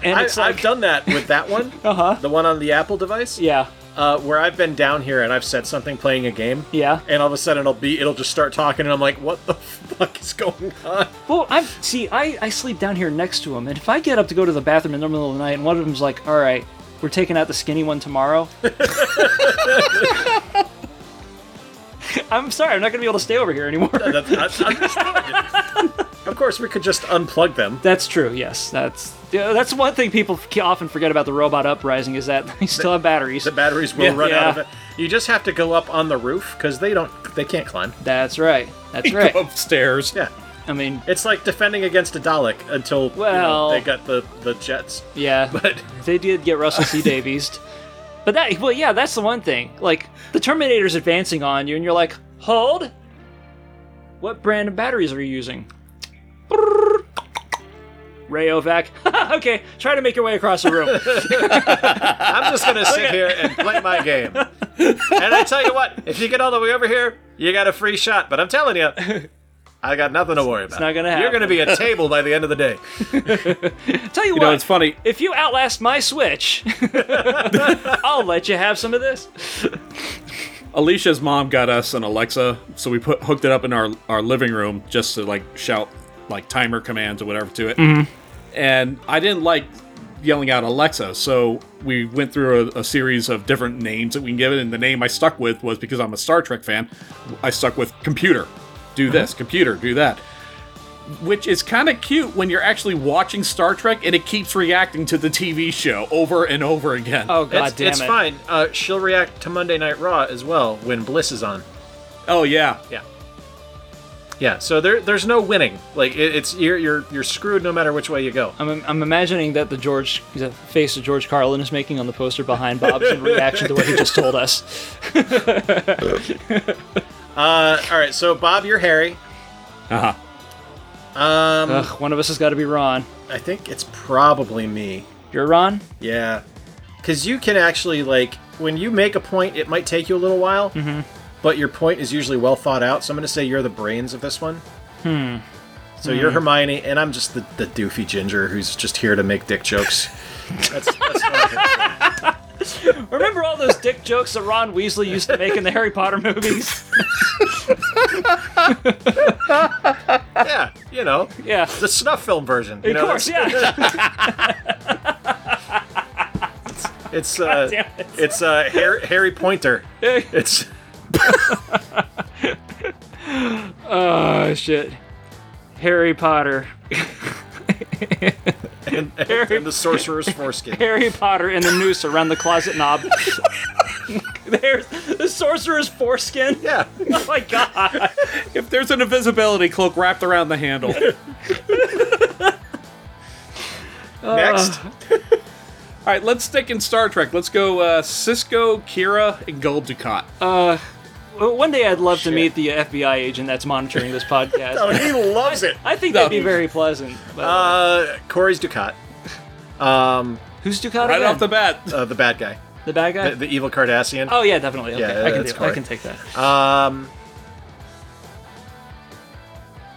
And I, it's like, I've done that with that one, Uh-huh. the one on the Apple device, yeah, uh, where I've been down here and I've said something playing a game, yeah. and all of a sudden it'll be it'll just start talking, and I'm like, what the fuck is going on? Well, I'm see, I, I sleep down here next to him, and if I get up to go to the bathroom in the middle of the night, and one of them's like, "All right, we're taking out the skinny one tomorrow." I'm sorry, I'm not gonna be able to stay over here anymore. That's, that's, I'm just- of course, we could just unplug them. That's true. Yes, that's yeah, that's one thing people f- often forget about the robot uprising is that they still have batteries. The batteries will run out of Yeah. it. You just have to go up on the roof because they don't they can't climb. That's right. That's right. Upstairs. Yeah, I mean, it's like defending against a Dalek until you know, Well- they got the the jets. yeah. But They did get Russell C Davies. But that, well, yeah, that's the one thing. Like, the Terminator's advancing on you, and you're like, hold? What brand of batteries are you using? Brrrr. Rayovac. okay, try to make your way across the room. I'm just gonna sit here and play my game. And I tell you what, if you get all the way over here, you got a free shot. But I'm telling you, I got nothing to worry about. It's not gonna You're gonna be a table by the end of the day. Tell you, You what, know, it's funny. if you outlast my Switch, I'll let you have some of this. Alicia's mom got us an Alexa, so we put hooked it up in our our living room just to like shout like timer commands or whatever to it. And I didn't like yelling out Alexa, so we went through a, a series of different names that we can give it. And the name I stuck with was because I'm a Star Trek fan, I stuck with computer, do this, computer, do that. Which is kind of cute when you're actually watching Star Trek and it keeps reacting to the TV show over and over again. Oh, god it's damn it's it. fine. Uh, she'll react to Monday Night Raw as well when Bliss is on. oh yeah. Yeah. Yeah, so there, there's no winning. Like it, it's you're, you're you're screwed no matter which way you go. I'm, I'm imagining that the George the face that George Carlin is making on the poster behind Bob's in reaction to what he just told us. Uh, all right, so Bob, you're Harry. Uh-huh. Um, Ugh, one of us has got to be Ron. I think it's probably me. You're Ron? Yeah. Because you can actually, like, when you make a point, it might take you a little while, Mm-hmm. but your point is usually well thought out. So I'm going to say you're the brains of this one. Hmm. So you're Hmm. Hermione, and I'm just the, the doofy ginger who's just here to make dick jokes. that's, that's what I Remember all those dick jokes that Ron Weasley used to make in the Harry Potter movies? think. yeah, you know, Yeah. the snuff film version. You Of know, course, yeah. It's uh, damn it. it's uh, Harry, Harry Pointer. It's Oh, shit. Harry Potter. and, and, the Sorcerer's Foreskin. Harry Potter and the noose around the closet knob. There's the sorcerer's foreskin. Yeah. Oh my god. If there's an invisibility cloak wrapped around the handle, Next. All right, let's stick in Star Trek. Let's go uh, Cisco, Kira, and Gold Ducat. Well, One day I'd love to meet the FBI agent that's monitoring this podcast. Oh, he loves it. I think No. that'd be very pleasant. But, Uh, Corey's Ducat, who's Ducato? right again? off the bat, uh, the bad guy, uh, the bad guy. the, the evil Cardassian. oh yeah, definitely. Okay, Yeah, I, can that's do- I correct. can take that.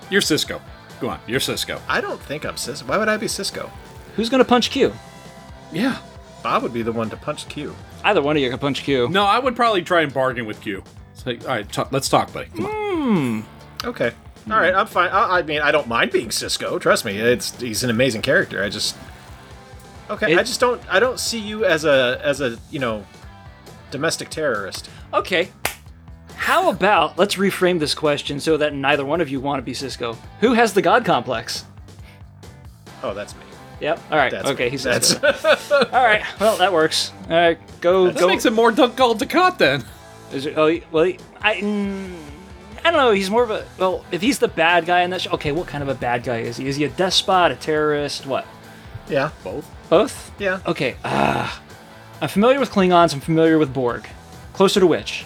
you're Cisco. Go on, you're Cisco. I don't think I'm Cisco. Why would I be Cisco? Who's gonna punch Q? Yeah. Bob would be the one to punch Q. Either one of you can punch Q. No, I would probably try and bargain with Q. It's like, all right, t- let's talk, buddy. Come on. Okay. All right, I'm fine. I, I mean, I don't mind being Cisco. Trust me, it's he's an amazing character. I just okay. I It- just don't. I don't see you as a as a you know domestic terrorist. Okay. How about let's reframe this question so that neither one of you want to be Cisco. Who has the god complex? Oh, that's me. Yep. All right. That's okay. me. He's That's- Cisco. All right. Well, that works. All right. Go. This go. makes it more Du- Gold Ducat then. Is it, oh, he- well, he- I, mm, I don't know. He's more of a well. If he's the bad guy in that show, okay, what kind of a bad guy is he? Is he a despot, a terrorist, what? Yeah. Both? Yeah. Okay. Ah, I'm familiar with Klingons. I'm familiar with Borg. Closer to which?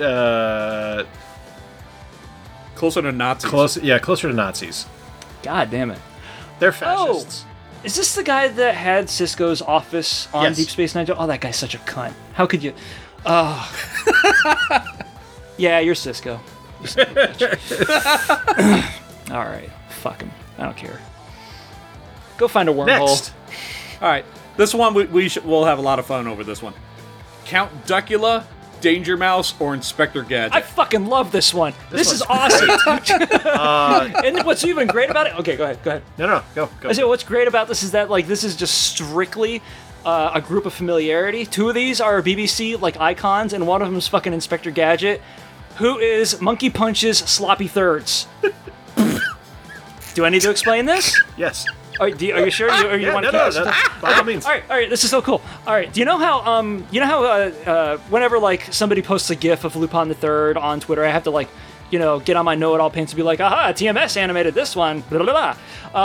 Uh, Closer to Nazis. close. Yeah, closer to Nazis. God damn it! They're Oh. fascists. Is this the guy that had Cisco's office on Yes. Deep Space Nine? Oh, that guy's such a cunt. How could you? Oh. yeah, you're Cisco. You son of a bitch. All right, fuck him. I don't care. Go find a wormhole. Next. All right, this one we, we should, we'll have a lot of fun over this one. Count Duckula, Danger Mouse, or Inspector Gadget. I fucking love this one. This, is awesome. and what's even great about it? Okay, go ahead. Go ahead. Uh, No, no, go go. I say what's great about this is that like this is just strictly uh, a group of familiarity. Two of these are BBC like icons, and one of them is fucking Inspector Gadget, who is Monkey Punch's sloppy thirds. do I need to explain this? Yes. Are, do you, are you sure? You, or you Yeah, want no, to no, no, by Ah! all means. all right, all right. This is so cool. All right, do you know how um, you know how uh, uh, whenever like somebody posts a GIF of Lupin the Third on Twitter, I have to like, you know, get on my know-it-all pins to be like, aha, TMS animated this one, blah blah blah.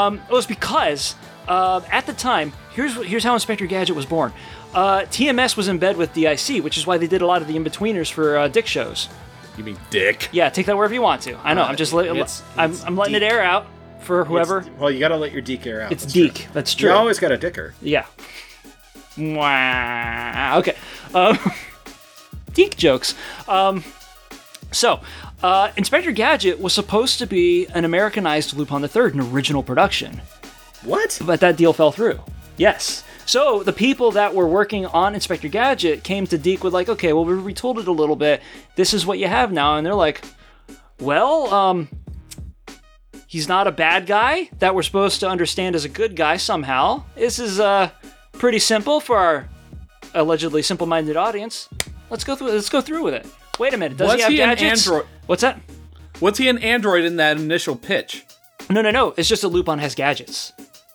Um, it was because uh, at the time, here's wh- here's how Inspector Gadget was born. Uh, TMS was in bed with DIC, which is why they did a lot of the in-betweeners for uh, Dick shows. you mean Dick? Yeah, take that wherever you want to. I know. I'm just li- Uh, it's- I'm, it's I'm letting it deep. air out for whoever. It's- well, you gotta let your deeker out. It's, That's Deke. true. That's true. You always got a dicker. Yeah. Mwah. Okay. Um, geek jokes. Um, so, uh, Inspector Gadget was supposed to be an Americanized Lupin III, an original production, What? but that deal fell through. Yes. So the people that were working on Inspector Gadget came to Deke with like, okay, well we retooled it a little bit. This is what you have now, and they're like, well, um, he's not a bad guy that we're supposed to understand as a good guy somehow. This is uh pretty simple for our allegedly simple-minded audience. Let's go through. Let's go through with it. Wait a minute. Does Was he have he an gadgets? android? What's that? What's he an android in that initial pitch? No, no, no. It's just that Lupin has gadgets.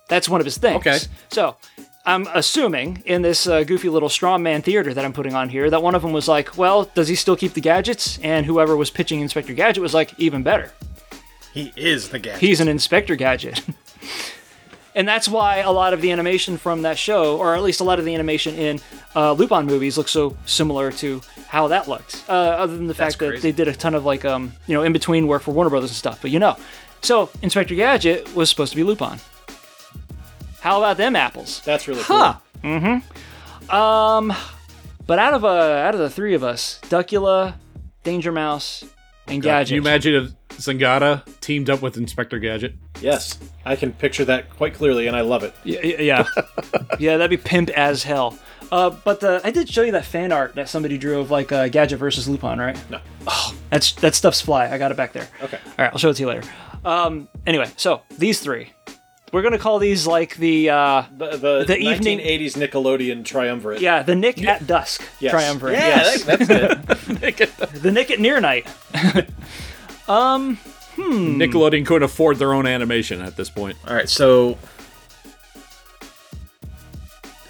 That's one of his things. Okay. So I'm assuming in this uh, goofy little strongman theater that I'm putting on here that one of them was like, well, does he still keep the gadgets? And whoever was pitching Inspector Gadget was like, even better. He is the gadget. He's an Inspector Gadget. and that's why a lot of the animation from that show, or at least a lot of the animation in uh, Lupin movies, looks so similar to how that looked. Uh, other than the fact that they did a ton of like, um, you know, in between work for Warner Brothers and stuff. But you know, so Inspector Gadget was supposed to be Lupin. How about them apples? That's really Huh. But out of uh, out of the three of us, Duckula, Danger Mouse, and Gadget, Can you imagine if Zangata teamed up with Inspector Gadget? cool. Yes, I can picture that quite clearly, and I love it. Yeah, yeah, yeah, Yeah, that'd be pimp as hell. Uh, but the, I did show you that fan art that somebody drew of like uh, Gadget versus Lupin, right? No. Oh, that's that stuff's fly. I got it back there. Okay. All right, I'll show it to you later. Um, anyway, so these three, we're gonna call these like the uh, The, the, The evening- 1980s Nickelodeon triumvirate. yeah the Nick at dusk Yes. triumvirate. Yeah, yes. that- that's it. the Nick at near night. Hmm. Nickelodeon couldn't afford their own animation at this point. All right, so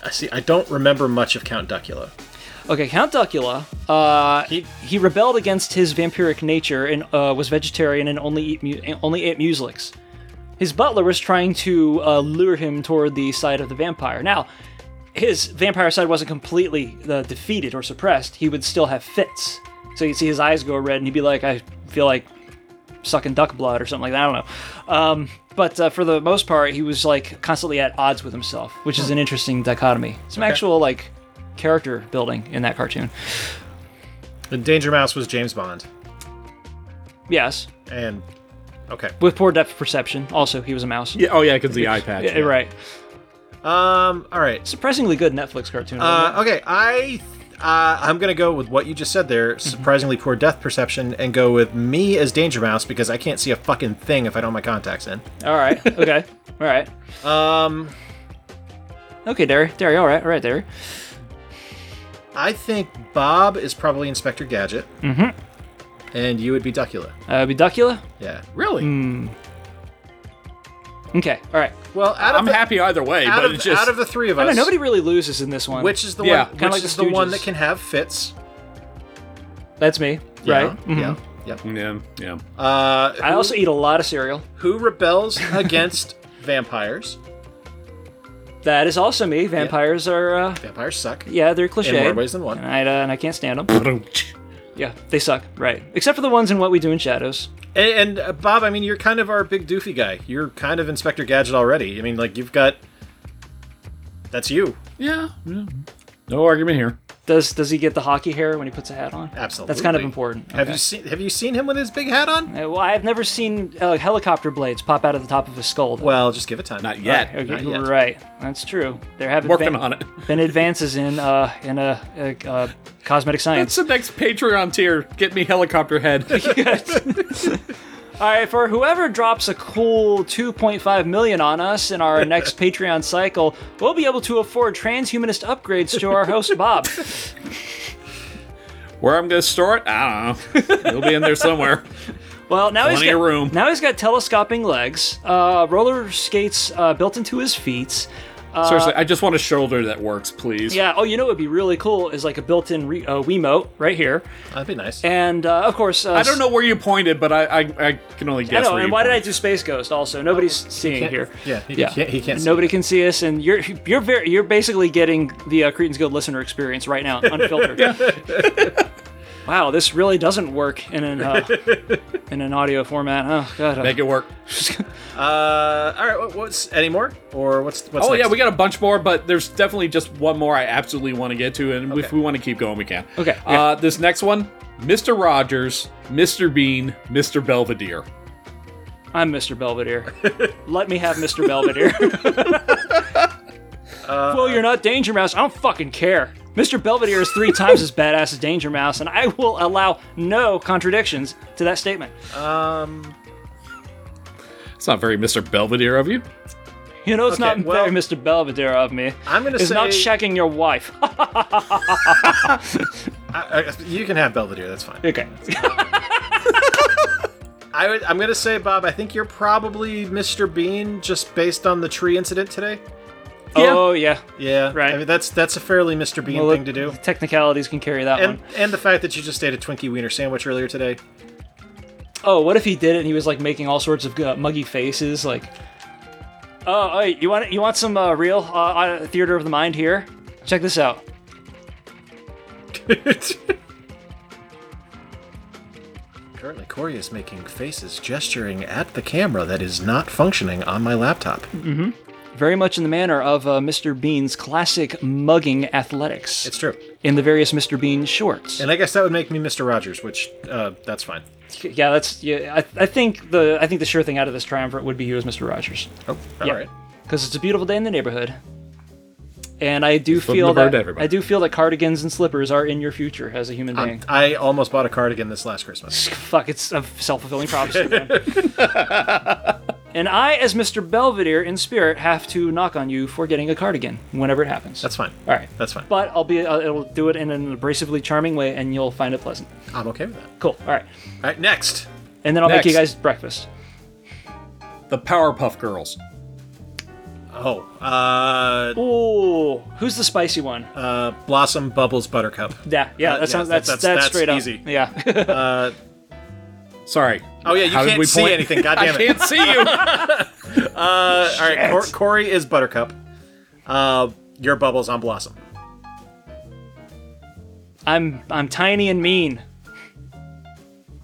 I see. I don't remember much of Count Duckula. Okay, Count Duckula. Uh, he he rebelled against his vampiric nature and uh, was vegetarian and only eat mu- and only ate muslix. His butler was trying to uh, lure him toward the side of the vampire. Now, his vampire side wasn't completely uh, defeated or suppressed. He would still have fits. So you'd see his eyes go red, and he'd be like, "I feel like sucking duck blood or something like that. I don't know." Um, but uh, for the most part, he was like constantly at odds with himself, which is an interesting dichotomy. Some actual like character building in that cartoon. The Danger Mouse was James Bond, Yes, and okay. with poor depth perception. Also, he was a mouse. Yeah. Oh yeah, because the eye patch. Yeah, Right. Um, all right. Surprisingly good Netflix cartoon. Uh, okay, I uh, I'm gonna go with what you just said there. Surprisingly poor death perception, and go with me as Danger Mouse because I can't see a fucking thing if I don't have my contacts in. all right. Okay. All right. Um, Okay, Derry. Derry. All right. All right, Derry. I think Bob is probably Inspector Gadget. Mm-hmm. And you would be Duckula. Uh, be Duckula. Yeah. Really? Okay. All right. Well, out of I'm the, happy either way, Out but of, it's just out of the three of I us, don't know, nobody really loses in this one. which is the Yeah, one? kinda Which like is the the one Stooges. that can have fits? that's me, Yeah, right? Mhm. Yeah. Yep. yeah, yeah. Uh, I also eat a lot of cereal. who rebels against vampires? That is also me. Vampires are, uh, Vampires suck. yeah, they're cliche. In more ways than one. And I, uh, and I can't stand them. yeah, they suck. Right. Except for the ones in What We Do in Shadows. And, and uh, Bob, I mean, you're kind of our big doofy guy. You're kind of Inspector Gadget already. I mean, like you've got. That's you. yeah, yeah. No argument here. Does does he get the hockey hair when he puts a hat on? Absolutely. That's kind of important. Have Okay. you seen Have you seen him with his big hat on? Uh, Well, I've never seen uh, helicopter blades pop out of the top of his skull. Though. Well, just give it time. Not yet. Okay, not yet. right. That's true. There have Working been, on it. been advances in uh, in uh, uh, uh, cosmetic That's science. the next Patreon tier. Get me helicopter head. All right, for whoever drops a cool 2.5 million on us in our next Patreon cycle, we'll be able to afford transhumanist upgrades to our host Bob. Where I'm gonna store it, I don't know. It'll be in there somewhere. Well, now he's Plenty got, of room. now he's got telescoping legs, uh, roller skates uh, built into his feet. Seriously, I just want a shoulder that works, please. Uh, Yeah. Oh, you know what would be really cool is like a built-in re- uh, Wiimote right here, Uh, That'd be nice. and uh, of course uh, I don't know where you pointed, but I I, I can only I guess. know. where And you why did I pointed. do Space Ghost? Also, nobody's seeing Can't- here. Yeah. He, Yeah. Can't, he can't. see. Nobody can see us, and you're you're very you're basically getting the uh, Cretans Guild listener experience right now, unfiltered. wow, this really doesn't work in an uh, in an audio format. Oh god. uh, Make it work. Uh, all right. What, what's any more? Or what's what's? Oh next? yeah, we got a bunch more, but there's definitely just one more I absolutely want to get to, and if Okay. we want to keep going, we can. Okay, Uh, this next one, Mr. Rogers, Mr. Bean, Mr. Belvedere. I'm Mr. Belvedere. Let me have Mr. Belvedere. well, you're not Danger Mouse. I don't fucking care. Mr. Belvedere is three times as badass as Danger Mouse, and I will allow no contradictions to that statement. It's not very Mr. Belvedere of you. You know, it's Okay, not well- very Mr. Belvedere of me. I'm gonna it's not say- checking your wife. I- I- you can have Belvedere. That's fine. okay. I would, I'm gonna say, Bob. I think you're probably Mr. Bean, just based on the tree incident today. Oh yeah. Yeah, Right. I mean, that's that's a fairly Mr. Bean Well, thing to do. the Technicalities can carry that And one. and the fact that you just ate a Twinkie wiener sandwich earlier today. Oh, what if he did it and he was like making all sorts of uh, muggy faces, like, "Oh, hey, you want you want some uh, real uh, uh, theater of the mind here? Check this out." Currently, Corey is making faces, gesturing at the camera that is not functioning on my laptop. Very much in the manner of uh, Mr. Bean's classic mugging athletics It's true. in the various Mr. Bean shorts. And I guess that would make me Mr. Rogers, which uh, that's fine. Yeah, that's yeah. I, I think the I think the sure thing out of this triumvirate would be you as Mr. Rogers. Oh, all right. Yeah. because it's a beautiful day in the neighborhood. And I do feel the bird that to everybody. I do feel that cardigans and slippers are in your future as a human Um, being. I almost bought a cardigan this last Christmas. Fuck, it's a self fulfilling prophecy. man. and I, as Mr. Belvedere in spirit, have to knock on you for getting a cardigan whenever it happens. That's fine. all right. That's fine. But I'll be uh, it'll do it in an abrasively charming way, and you'll find it pleasant. I'm okay with that. Cool. All right. All right, next. And then I'll make you guys Next. breakfast. The Powerpuff Girls. Oh, uh, Ooh, who's the spicy one? uh, Blossom Bubbles Buttercup. yeah, yeah, uh, that sounds, yeah, that's, that's that's- that's straight up. easy. Yeah, Sorry. Oh yeah, you How did can't we see point? anything. God damn I it! can't see you. Uh, all right, Cor- Corey is Buttercup. Uh, your bubbles on Blossom. I'm I'm tiny and mean.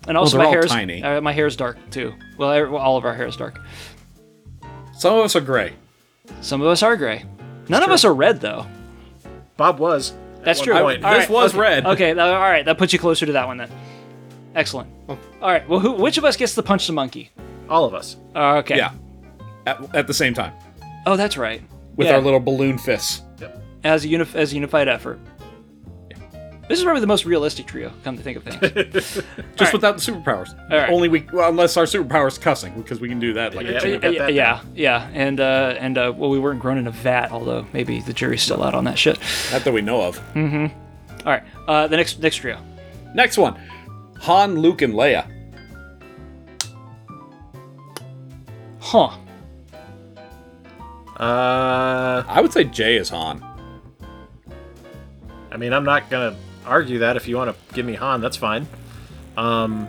And also they're my all hair's tiny. Uh, my hair's dark too. Well, every, well, all of our hair is dark. Some of us are gray. Some of us are gray. None of us are red though. Bob was. That's one true. point. All this right, was okay. red. Okay, tha- all right, that puts you closer to that one then. Excellent. All right. Well, who, which of us gets to punch the monkey? All of us. Uh, okay. Yeah. At, at the same time. Oh, that's right. With Yeah. our little balloon fists. as a unif- as a unified effort. This is probably the most realistic trio. Come to think of things, Just Alright. without the superpowers. Alright. Only we, well, unless our superpowers cussing, because we can do that. Like, Yeah, a we yeah, got that. yeah, yeah, and uh, and uh, well, we weren't grown in a vat, although maybe the jury's still out on that shit. not that we know of. All right, uh, the next next trio. Next one, Han, Luke, and Leia. Huh. Uh, I would say Jay is Han. I mean, I'm not gonna argue that. If you want to give me Han, that's fine. Um,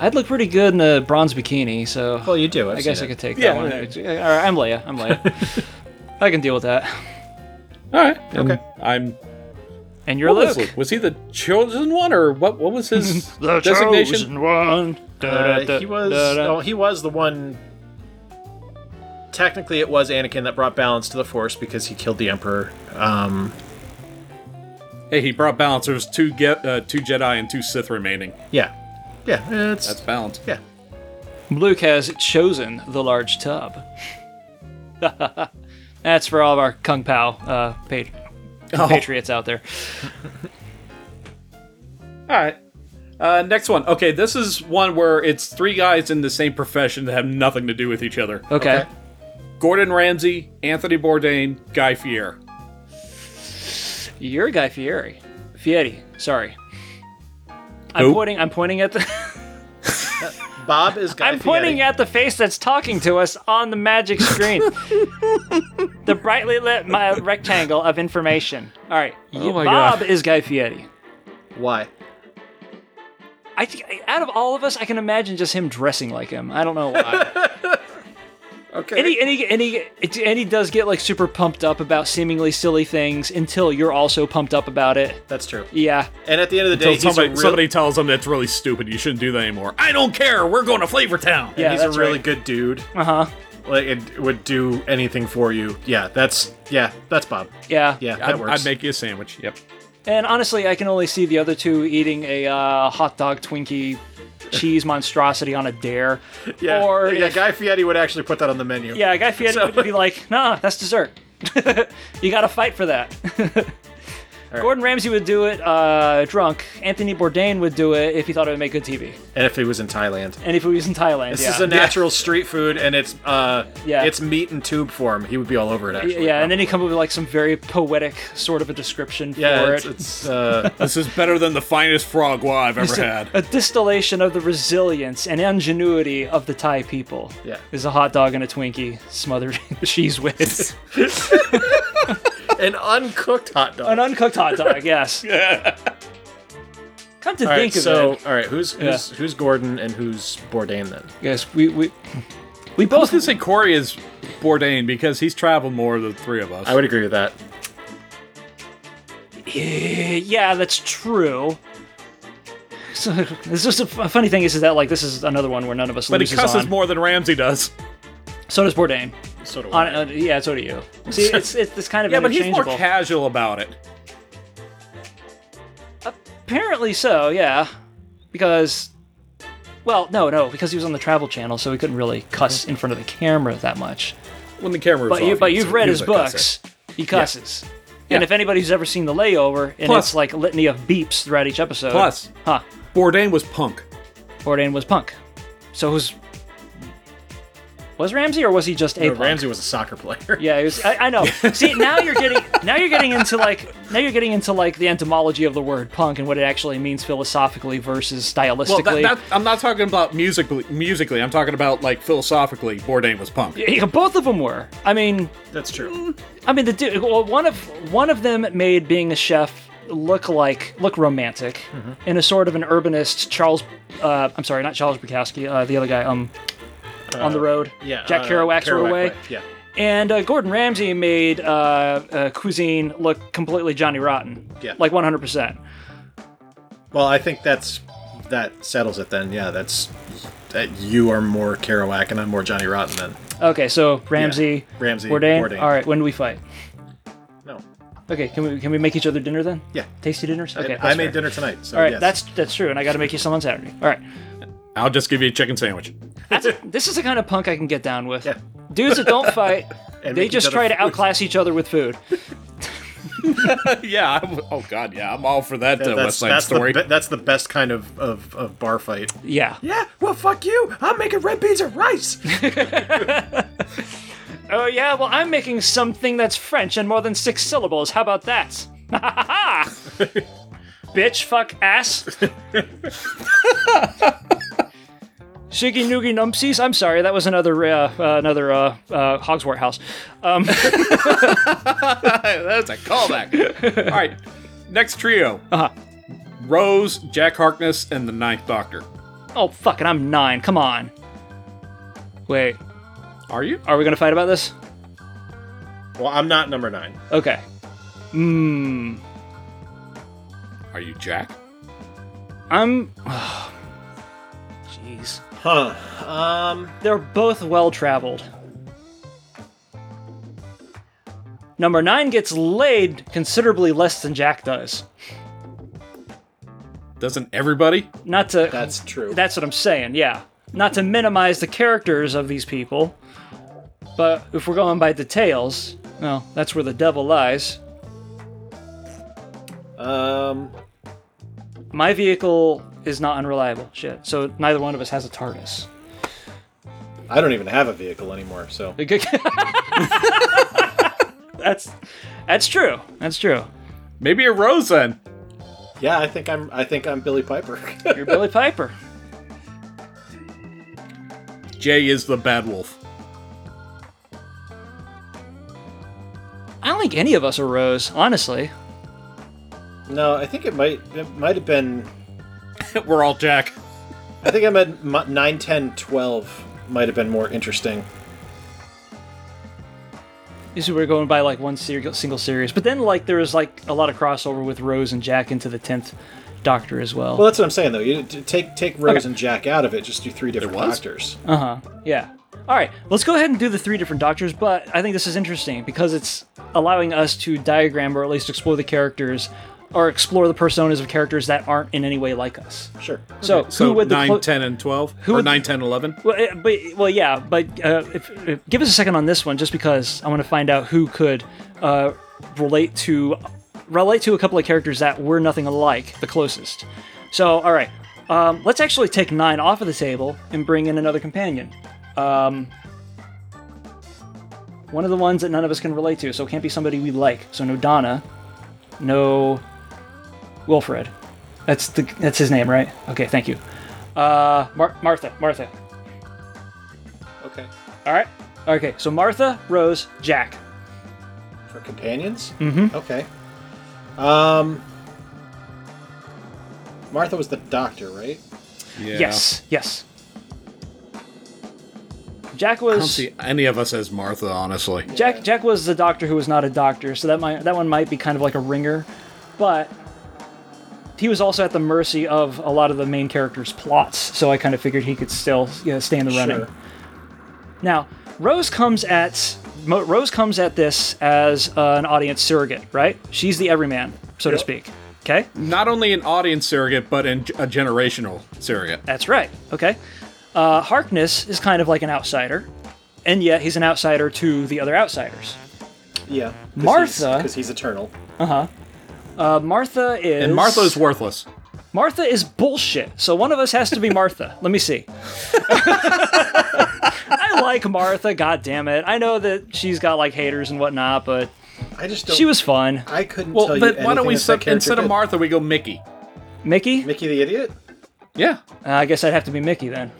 I'd look pretty good in a bronze bikini, so well, you do. I've I guess seen I it. could take Yeah, that one. yeah. All right, I'm Leia. I'm Leia. I can deal with that. All right. Okay. I'm. And you're What was Luke. Luke? Was he the chosen one, or what? What was his designation? one. Da, da, da, Uh, he was. da, da. Oh, he was the one. Technically, it was Anakin that brought balance to the Force because he killed the Emperor. Um, Hey, he brought balance. There was two get, uh, two Jedi and two Sith remaining. yeah, yeah. It's That's balance. yeah. Luke has chosen the large tub. That's for all of our Kung Pao uh, pa- Oh. patriots out there. All right. Uh, next one. Okay, this is one where it's three guys in the same profession that have nothing to do with each other. Okay. Okay. Gordon Ramsay, Anthony Bourdain, Guy Fier. You're Guy Fieri. Fieri, sorry. Who? I'm pointing I'm pointing at the Bob is. Guy I'm pointing at the face that's talking to us on the magic screen. the brightly lit my rectangle of information. All right. Oh my Bob God. is Guy Fieri. why. I think out of all of us, I can imagine just him dressing like him. I don't know why. Okay. and, he, and, he, and, he, and he does get like super pumped up about seemingly silly things until you're also pumped up about it. That's true. Yeah. And at the end of the day, Until he's a somebody, real- somebody tells them that's really stupid. You shouldn't do that anymore. I don't care. We're going to Flavor Town. Yeah, he's a that's really right. good dude. Uh huh. Like, and would do anything for you. Yeah, that's yeah, that's Bob. Yeah. Yeah, that I'd, works. I'd make you a sandwich. Yep. And honestly, I can only see the other two eating a uh, hot dog Twinkie cheese monstrosity on a dare. yeah, Or yeah, if- Guy Fieri would actually put that on the menu. Yeah, Guy Fieri So- would be like, nah, that's dessert. you gotta fight for that. Gordon Ramsay would do it uh, drunk. Anthony Bourdain would do it if he thought it would make good TV. And if he was in Thailand. And if he was in Thailand, This yeah. is a natural street food, and it's uh, Yeah. it's meat and tube form. He would be all over it. Actually, yeah, and then probably. he come up with like some very poetic sort of a description yeah, for it's, it. it's uh, This is better than the finest frog wa I've ever had. a distillation of the resilience and ingenuity of the Thai people. Yeah. Is a hot dog and a Twinkie smothered in cheese whiz. an uncooked hot dog. An uncooked hot dog, yes. Come to all right, think of so it. all right, who's who's, who's Gordon and who's Bourdain then? Yes, we, we, we I was both. gonna say Corey is Bourdain because he's traveled more than the three of us. I would agree with that. Yeah, that's true. So, it's just a f- funny thing is, is that like this is another one where none of us but he loses cusses on. more than Ramsey does. So does Bourdain. So do On, I. uh, yeah, so do you. See, it's it's this kind of Yeah, but he's more interchangeable. casual about it. Apparently so, yeah. Because, well, no, no, because he was on the Travel Channel, so he couldn't really cuss in front of the camera that much. When the camera was But you, off, but he was- you've read he was his a books. cusser. He cusses. And Yeah. if anybody's ever seen the layover, and Plus- it's like a litany of beeps throughout each episode. Plus, huh? Bourdain was punk. Bourdain was punk. So who's was Ramsey, or was he just a No, punk? Oh, Ramsey was a soccer player. Yeah, he was, I, I know. See, now you're getting now you're getting into like now you're getting into like the etymology of the word punk and what it actually means philosophically versus Well, stylistically. that, that, I'm not talking about musically. Musically, I'm talking about like philosophically. Bourdain was punk. Yeah, both of them were. I mean, That's true. I mean the dude. Well, one of one of them made being a chef look like look romantic Mm-hmm. in a sort of an urbanist Charles. Uh, I'm sorry, not Charles Bukowski. Uh, the other guy. Um, on the road. Yeah. Jack uh, Kerouac's Kerouac away. way, Yeah. And uh, Gordon Ramsay made uh, uh, cuisine look completely Johnny Rotten. Yeah. Like 100%. Well, I think that's that settles it then. Yeah, that's that you are more Kerouac and I'm more Johnny Rotten then. Okay, so Ramsay, Ramsay, Bourdain. Bourdain. All right, when do we fight? No. Okay, can we can we make each other dinner then? Yeah. Tasty dinners. Okay, I, I that's made fair. dinner tonight. So All right, yes. that's that's true, and I got to make you some on Saturday. All right, I'll just give you a chicken sandwich. that's this is the kind of punk I can get down with. Yeah. Dudes that don't fight, And they make each just other try to food. outclass each other with food. yeah. I'm, oh God. Yeah. I'm all for that uh, that's, West Side that's Story. The, be- that's the best kind of, of, of bar fight. Yeah. Yeah, well, fuck you. I'm making red beans and rice. Oh yeah, well I'm making something that's French and more than six syllables. How about that? Ha ha ha! Bitch, fuck, ass. Shiggy noogie numpsies. I'm sorry, that was another uh, uh, another uh, uh, Hogsworth house. Um, That's a callback. all right. Next trio. Uh-huh. Rose, Jack Harkness, and the Ninth Doctor. oh fucking, I'm nine. Come on. Wait, Are you? are we gonna fight about this? Well, I'm not number nine. Okay. Hmm. Are you Jack? I'm. Jeez. Huh. Um. They're both well traveled. Number nine gets laid considerably less than Jack does. Doesn't everybody? Not to That's true. that's what I'm saying, yeah. Not to minimize the characters of these people. But if we're going by details, well, that's where the devil lies. um. My vehicle is not unreliable. Shit. So neither one of us has a TARDIS. I don't even have a vehicle anymore, so that's that's true. That's true. Maybe a Rose then. yeah, I think I'm. I think I'm Billy Piper. You're Billy Piper. Jay is the Bad Wolf. I don't think any of us are Rose, honestly. no, I think it might. It might have been. We're all Jack. I think I'm at m- 9, 10, 12 Might have been more interesting. Usually we're going by like one ser- single series, but then like there was like a lot of crossover with Rose and Jack into the tenth Doctor as well. Well, that's what I'm saying though. You t- take take Rose and Jack out of it. Just do three different was? doctors. Uh huh. Yeah. All right. Let's go ahead and do the three different Doctors, but I think this is interesting because it's allowing us to diagram or at least explore the characters or explore the personas of characters that aren't in any way like us. Sure. So, So who would the nine, ten, clo- 10, and 12? who or would- 9, 10, 11? Well, eh, but well, yeah, but uh, if, if, give us a second on this one, just because I want to find out who could uh, relate to relate to a couple of characters that were nothing alike the closest. So, all right, um, let's actually take nine off of the table and bring in another companion. Um, one of the ones that none of us can relate to, so it can't be somebody we like. So no Donna, no Wilfred. That's the that's his name, right? Okay, thank you. Uh, Mar- Martha, Martha. Okay. All right. Okay. So Martha, Rose, Jack. For companions. Mm-hmm. Okay. Um. Martha was the doctor, right? Yeah. Yes. Yes. Jack I don't was see any of us as Martha, honestly. Jack. Jack was the doctor who was not a doctor, so that might that one might be kind of like a ringer, but he was also at the mercy of a lot of the main characters' plots. So I kind of figured he could still you know, stay in the running. Sure. Now, Rose comes at Mo- Rose comes at this as uh, an audience surrogate, right? She's the everyman, so to speak. Okay. Not only an audience surrogate, but in a generational surrogate. That's right. Okay. Uh, Harkness is kind of like an outsider, and yet he's an outsider to the other outsiders. Yeah. Martha- Because he's eternal. Uh, Martha is. And Martha's worthless. Martha is bullshit. So one of us has to be Martha. Let me see. I like Martha. God damn it. I know that she's got like haters and whatnot, but I just don't. She was fun. I couldn't Well, tell you. but why don't anything we that that sub, character instead of did. Martha, we go Mickey? Mickey? Mickey the idiot? Yeah. Uh, I guess I'd have to be Mickey then.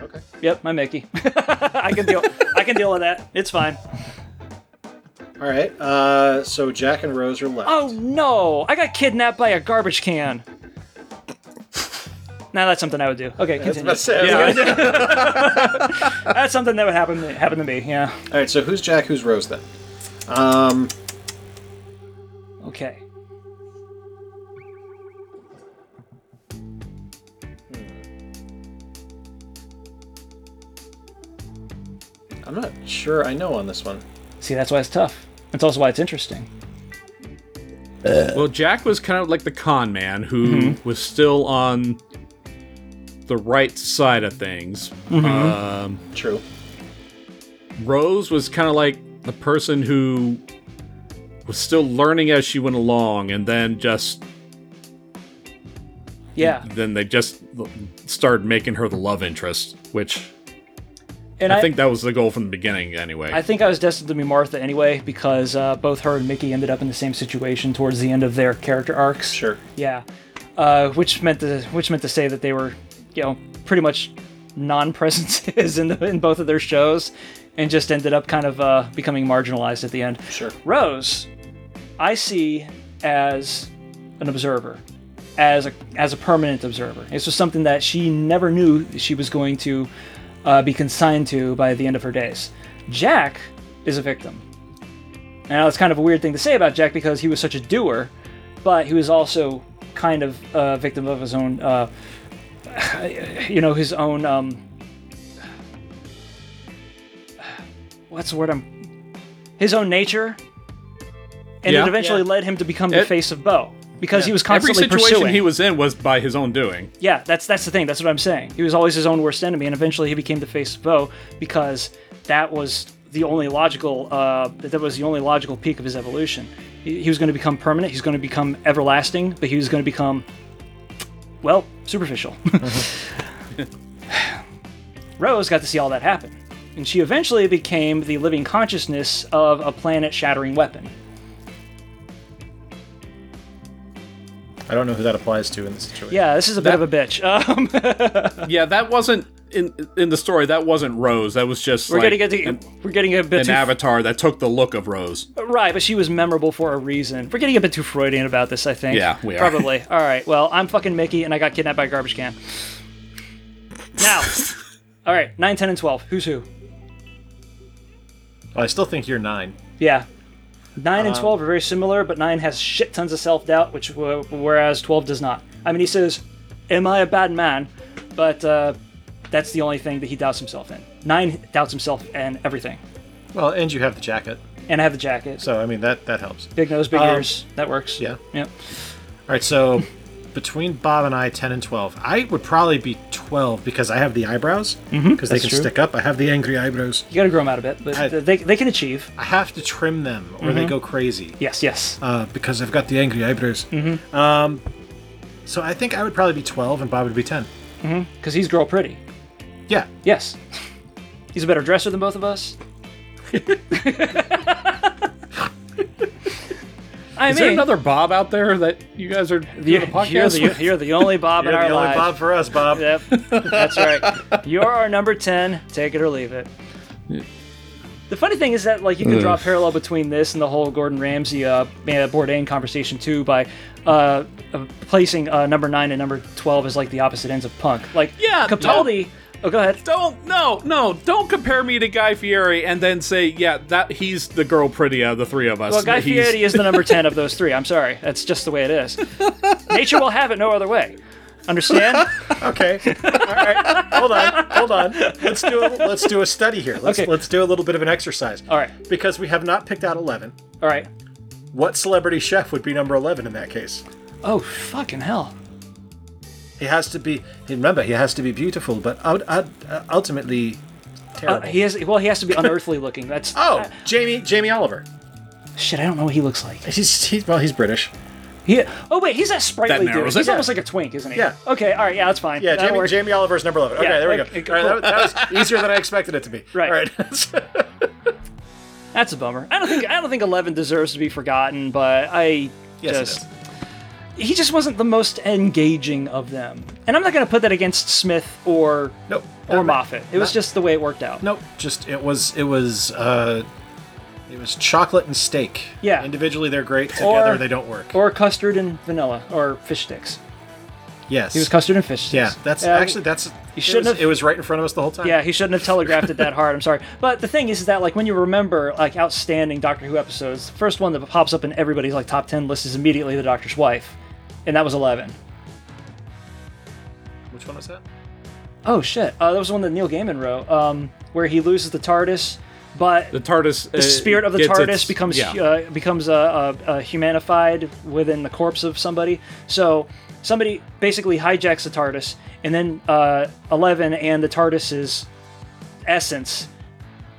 Okay. Yep, my Mickey. I can deal. I can deal with that. It's fine. All right. Uh, so Jack and Rose are left. Oh no! I got kidnapped by a garbage can. Now that's something I would do. Okay, continue. That's it. That's something that would happen to, happen to me. Yeah. All right. So who's Jack? Who's Rose then? Um, Okay. I'm not sure. I know on this one. See, that's why it's tough. That's also why it's interesting. Well, Jack was kind of like the con man who was still on the right side of things. Um, True. Rose was kind of like the person who was still learning as she went along, and then just Mm. Yeah. then they just l- started making her the love interest, which And I, think that was the goal from the beginning, anyway. I think I was destined to be Martha anyway because uh, both her and Mickey ended up in the same situation towards the end of their character arcs. Sure. Yeah, uh, which meant to which meant to say that they were, you know, pretty much non-presences in, the, in both of their shows, and just ended up kind of uh, becoming marginalized at the end. Sure. Rose, I see as an observer, as a as a permanent observer. This was something that she never knew she was going to uh, be consigned to by the end of her days. Jack is a victim. Now it's kind of a weird thing to say about Jack because he was such a doer, but he was also kind of a victim of his own, uh, you know, his own. Um, what's the word? I'm his own nature, and Yeah. it eventually Yeah. led him to become the It- face of Bo because he was Every constantly situation pursuing. he was in was by his own doing. Yeah, that's that's the thing. That's what I'm saying. He was always his own worst enemy, and eventually he became the face of Bo because that was the only logical uh, that was the only logical peak of his evolution. He, he was going to become permanent. He's going to become everlasting, but he was going to become well superficial. Rose got to see all that happen, and she eventually became the living consciousness of a planet-shattering weapon. I don't know who that applies to in this situation. Yeah, this is a bit That- of a bitch. Um, Yeah, that wasn't in in the story. That wasn't Rose. That was just we're like getting a, an, we're getting a bit an too avatar that took the look of Rose. Right, but she was memorable for a reason. We're getting a bit too Freudian about this, I think. Yeah, we are. Probably. All right. Well, I'm fucking Mickey, and I got kidnapped by a garbage can. Now, all right, 9, 10, and 12. Who's who? Well, I still think you're nine. Yeah. 9 Uh, and 12 are very similar, but 9 has shit tons of self doubt, which wh- whereas 12 does not. I mean, he says, Am I a bad man? But uh, that's the only thing that he doubts himself in. 9 doubts himself and everything. Well, and you have the jacket, And I have the jacket. so I mean that that helps. big nose, big Um, ears. That works. yeah. Yep. All right, so between Bob and I, ten and twelve, I would probably be twelve because I have the eyebrows because they can Mm-hmm. true. stick up. I have the angry eyebrows. You got to grow them out a bit, but I- they, they can achieve. I have to trim them or Mm-hmm. they go crazy Yes, yes. uh, because I've got the angry eyebrows. Um, Mm-hmm. so I think I would probably be twelve and Bob would be ten. Because he's girl pretty. Yeah, Yes. He's a better dresser than both of us. I Is mean, there another Bob out there that you guys are you're, doing a podcast you're the, with? you're the only Bob you're in the our only lives. Bob for us, Bob. Yep, that's right. You're our number ten. Take it or leave it. The funny thing is that like you can draw a parallel between this and the whole Gordon Ramsay uh, man, Bourdain conversation too by uh, uh, placing uh, number nine and number twelve as like the opposite ends of punk. Like Yeah, Capaldi. Oh, go ahead. Don't no no don't compare me to Guy Fieri and then say yeah that he's the girl pretty out of the three of us. Well, Guy He's- Fieri is the number 10 of those three. I'm sorry. That's just the way it is. Nature will have it no other way. Understand? Okay. All right. Hold on. Hold on. Let's do a, let's do a study here. Let's Okay. let's do a little bit of an exercise. All right. Because we have not picked out 11. All right. What celebrity chef would be number 11 in that case? Oh, fucking hell. He has to be remember, he has to be beautiful, but out, out, uh, ultimately Uh, terrible. he has, well, he has to be unearthly looking. That's. oh, Jamie Jamie Oliver. Shit, I don't know what he looks like. He's he's well, he's British. He, oh, wait, he's that sprightly dude. narrows He's it. almost like a twink, isn't he? Yeah. Okay, all right. Yeah, that's fine. Yeah, That'll Jamie, work. Jamie Oliver's number 11. Okay, Yeah, there we okay, go. All right, that, was- that was easier than I expected it to be. Right. All right. That's a bummer. I don't think I don't think Eleven deserves to be forgotten, but I Yes, it just he just wasn't the most engaging of them. And I'm not going to put that against Smith or Nope. or Moffat. It was just the way it worked out. Nope. Just it was it was uh, it was chocolate and steak. Yeah. Individually they're great. Together Or- they don't work. Or custard and vanilla or fish sticks. yes. He was custard and fish yeah. sticks. That's Yeah, actually that's. You shouldn't it was, have- It was right in front of us the whole time. Yeah, he shouldn't have telegraphed it that hard. I'm sorry, but the thing is, is that like when you remember like outstanding Doctor Who episodes, the first one that pops up in everybody's like top ten list is immediately the Doctor's wife, and that was Eleven. Which one was that? Oh shit, uh, that was the one that Neil Gaiman wrote, um, where he loses the TARDIS, but The TARDIS. uh, the spirit of the TARDIS becomes Yeah. uh, becomes uh, uh, uh, humanified within the corpse of somebody. So somebody basically hijacks the TARDIS, and then uh, Eleven and the TARDIS's essence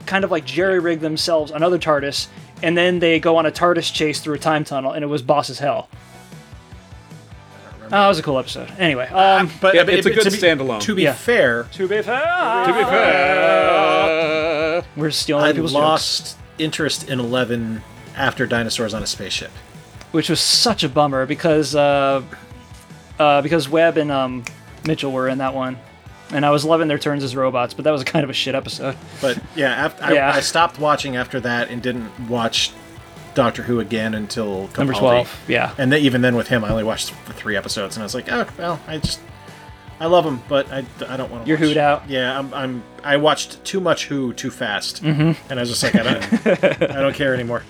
kind of like jerry rig themselves another TARDIS, and then they go on a TARDIS chase through a time tunnel, and it was boss as hell. Oh, that was a cool episode. Anyway, um, But Yeah, I mean, it's a but good to be- standalone. To be Yeah. fair, to be fair, To be fair. we're stealing I other people's jokes. lost interest in Eleven after Dinosaurs on a Spaceship. which was such a bummer because uh, uh, because Webb and um, Mitchell were in that one, and I was loving their turns as robots, but that was kind of a shit episode. But yeah, after, I, Yeah. I stopped watching after that and didn't watch Doctor Who again until Number Capaldi. twelve, yeah. And then, even then, with him, I only watched the three episodes, and I was like, oh well, I just I love him, but I, I don't want to. You're Who'd out. Yeah, I'm, I'm I watched too much Who too fast, Mm-hmm. and I was just like, I don't I don't care anymore.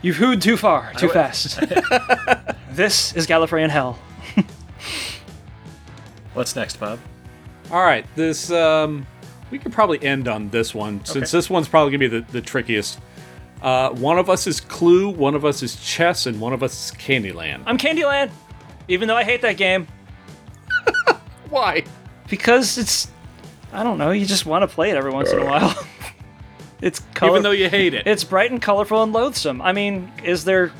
You've hooed too far, too I- fast. this is Gallifreyan Hell. What's next, Bob? All right, this um, we could probably end on this one since this one's probably gonna be the, the trickiest. Uh, one of us is Clue, one of us is Chess, and one of us is Candyland. I'm Candyland, even though I hate that game Why? because it's I don't know. You just want to play it every once in a while. it's color- Even though you hate it, it's bright and colorful and loathsome. I mean, is there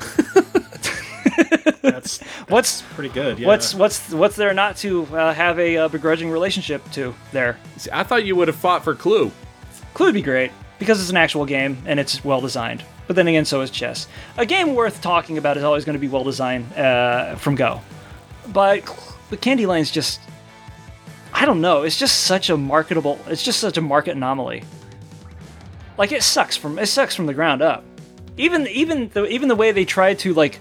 That's what's pretty good. Yeah. What's what's what's there not to uh, have a uh, begrudging relationship to there? See, I thought you would have fought for Clue. Clue would be great because it's an actual game and it's well designed. But then again, so is chess. A game worth talking about is always going to be well designed uh, from go. But but Candyland's just I don't know. It's just such a marketable. It's just such a market anomaly. Like it sucks from it sucks from the ground up. Even even the even the way they tried to like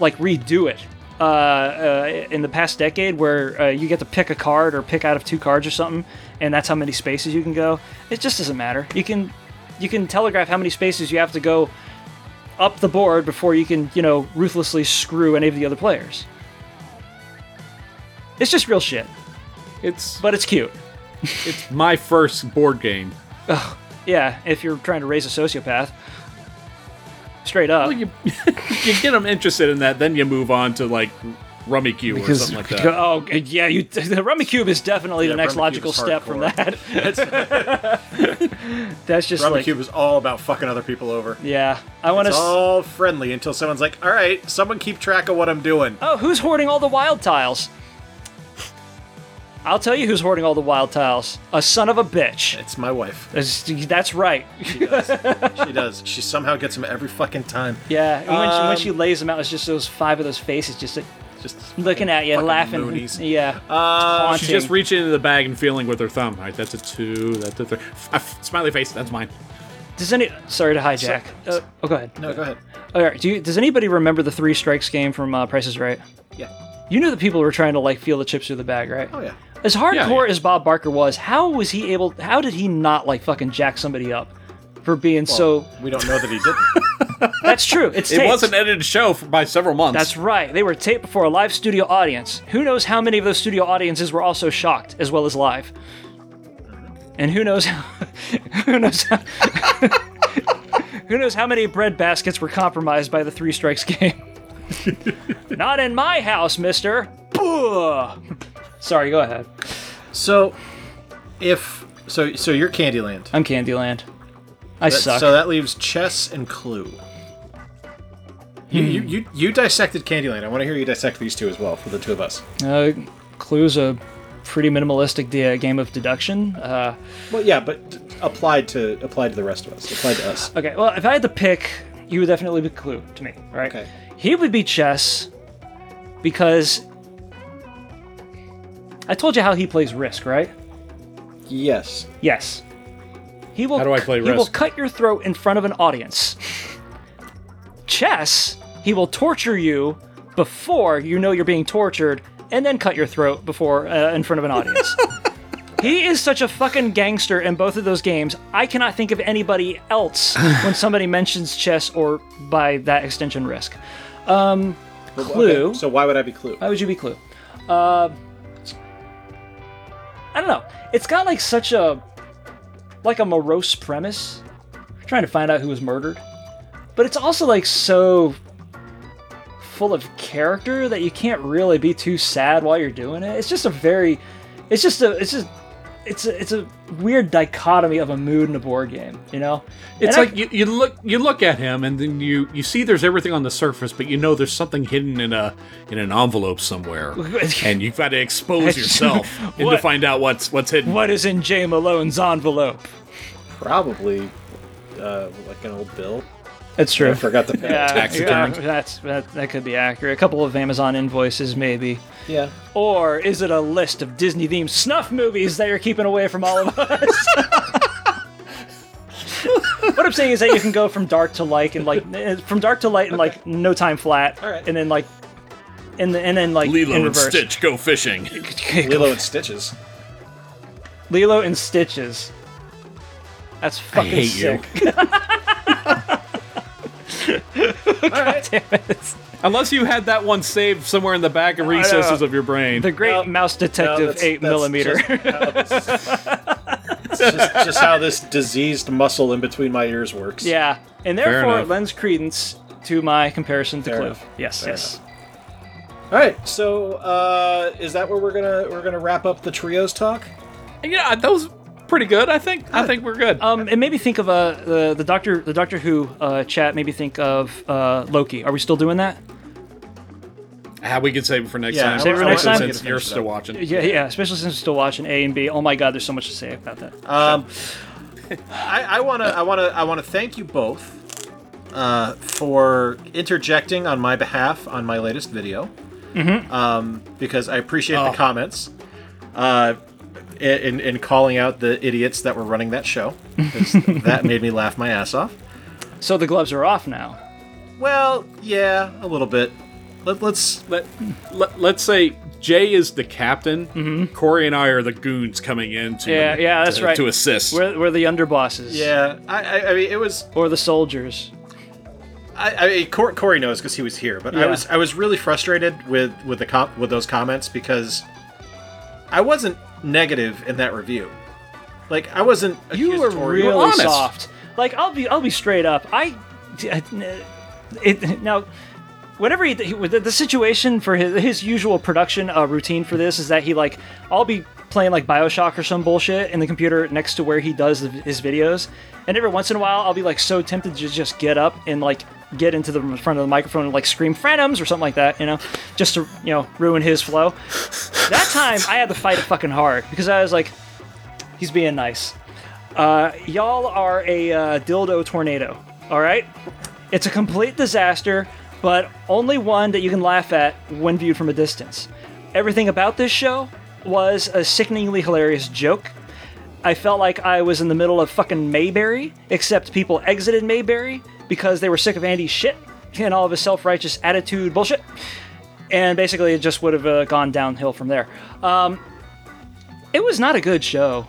like redo it uh, uh, in the past decade, where uh, you get to pick a card or pick out of two cards or something, and that's how many spaces you can go. It just doesn't matter. You can you can telegraph how many spaces you have to go up the board before you can you know ruthlessly screw any of the other players. It's just real shit, It's but it's cute. it's my first board game. Yeah, if you're trying to raise a sociopath. Straight up. Well, you you get them interested in that, then you move on to like Rummy Cube or something like that. Oh yeah, you, the Rummy Cube is definitely the Yeah, next Rummy Cube logical is step from hardcore. that. That's just Robin like Cube is all about fucking other people over. yeah. I want It's to. all friendly until someone's like, "All right, someone keep track of what I'm doing." Oh, who's hoarding all the wild tiles? I'll tell you who's hoarding all the wild tiles. A son of a bitch. It's my wife. That's, that's right. She does. she does. She somehow gets them every fucking time. Yeah. and When, she, when Um, she lays them out, it's just those five of those faces just like, Just looking at you, fucking laughing. Moonies. Yeah. Uh, haunting. She's just reaching into the bag and feeling with her thumb. All right, that's a two. That's a three. F- f- smiley face. That's mine. Does any? Sorry to hijack. So- uh, oh, go ahead. no, go ahead. All right. Do you, does anybody remember the three strikes game from uh, Price is Right? Yeah. You knew that people were trying to like feel the chips through the bag, right? Oh yeah. As hardcore Yeah, yeah. as Bob Barker was, how was he able? How did he not like fucking jack somebody up for being so? we don't know that he didn't. That's true. It's It taped. was an edited show for, by several months. That's right. They were taped before a live studio audience. Who knows how many of those studio audiences were also shocked as well as live? And who knows how? who knows how? who knows how many bread baskets were compromised by the three strikes game? Not in my house, Mister. Ugh. Sorry. Go ahead. so, if so, so you're Candyland. I'm Candyland. I That- suck. So that leaves chess and Clue. You, you, Hmm. you, you dissected Candyland. I want to hear you dissect these two as well for the two of us. Uh, Clue's a pretty minimalistic de- game of deduction. Uh, Well, yeah, but applied to applied to the rest of us. Applied to us. Okay, well, if I had to pick, you would definitely be Clue to me, right? Okay. He would be chess because I told you how he plays Risk, right? Yes. Yes. He will. How do I play He will Risk? cut your throat in front of an audience. Chess. He will torture you before you know you're being tortured, and then cut your throat before uh, in front of an audience. he is such a fucking gangster in both of those games. I cannot think of anybody else when somebody mentions chess or by that extension risk. Um, Clue. Okay, so why would I be Clue? Why would you be Clue? Uh, I don't know. It's got like such a like a morose premise, trying to find out who was murdered, but it's also like so full of character that you can't really be too sad while you're doing it. It's just a very, it's just a, it's just. It's a, it's a weird dichotomy of a mood in a board game, you know. It's And I- like you, you look you look at him and then you you see there's everything on the surface, but you know there's something hidden in a in an envelope somewhere, and you've got to expose yourself and to What? find out what's what's hidden. what is in Jay Malone's envelope? Probably uh, like an old bill. That's true. I forgot the Yeah, Tax yeah, returns. that's that, that could be accurate. A couple of Amazon invoices, maybe. yeah. Or is it a list of Disney themed snuff movies that you're keeping away from all of us? what I'm saying is that you can go from dark to light and like eh, from dark to light in like no time flat, Alright. and then like and then, and then like in Lilo and reverse. Stitch go fishing. Lilo and Stitches. Lilo and Stitches. That's fucking hate you. sick. Unless you had that one saved somewhere in the back and recesses of your brain. The Great No, Mouse Detective that's- Eight that's Millimeter. just how this- it's just, just how this diseased muscle in between my ears works. Yeah, and therefore it enough. lends credence to my comparison to Fair Clue. enough. Yes, Fair yes. All right. So uh, is that where we're gonna we're gonna wrap up the trios talk? yeah, that was pretty good. I think I think we're good. Um, it made me think of uh, the the Doctor the Doctor Who uh, chat made me think of uh, Loki. Are we still doing that? Ah, we can save it for next Yeah, time. save it for especially next time. Since you're still watching. Yeah, yeah. Especially since we're still watching A and B. Oh my God, there's so much to say about that. Um, I, I wanna I wanna I wanna thank you both uh, for interjecting on my behalf on my latest video. Um, because I appreciate the comments. Uh, in, in calling out the idiots that were running that show, 'Cause that made me laugh my ass off. So the gloves are off now. Well, yeah, a little bit. Let, let's Let, let let's say Jay is the captain. Corey and I are the goons coming in to Yeah, yeah, that's to, right. to assist. We're, we're the underbosses. yeah. I, I, I mean, it was Or the soldiers. I, I mean, Cor- Corey knows because he was here, but I Yeah. was I was really frustrated with with the comp- with those comments because I wasn't negative in that review. Like I wasn't. You were accusatorial. really honest. soft. Like I'll be, I'll be straight up. I, it, now, whenever he, he- the, the situation for his his usual production uh, routine for this is that he like, I'll be playing like Bioshock or some bullshit in the computer next to where he does the, his videos, and every once in a while I'll be like so tempted to just get up and like get into the front of the microphone and like scream Fredoms or something like that, you know, just to you know ruin his flow. that time I had to fight it fucking hard because I was like, he's being nice. Uh, y'all are a uh, dildo tornado, all right? It's a complete disaster, but only one that you can laugh at when viewed from a distance. Everything about this show was a sickeningly hilarious joke. I felt like I was in the middle of fucking Mayberry, except people exited Mayberry because they were sick of Andy's shit and all of his self righteous attitude bullshit. And basically, it just would have uh, gone downhill from there. Um, it was not a good show.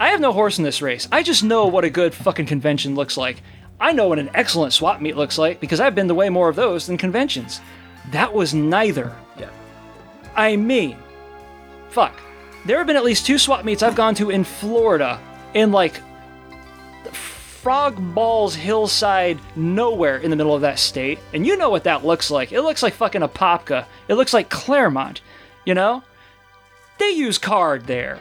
I have no horse in this race. I just know what a good fucking convention looks like. I know what an excellent swap meet looks like because I've been to way more of those than conventions. That was neither. Yeah. I mean, fuck. There have been at least two swap meets I've gone to in Florida in like Frog Balls hillside nowhere in the middle of that state. And you know what that looks like. It looks like fucking Apopka. It looks like Claremont, you know? They use card there.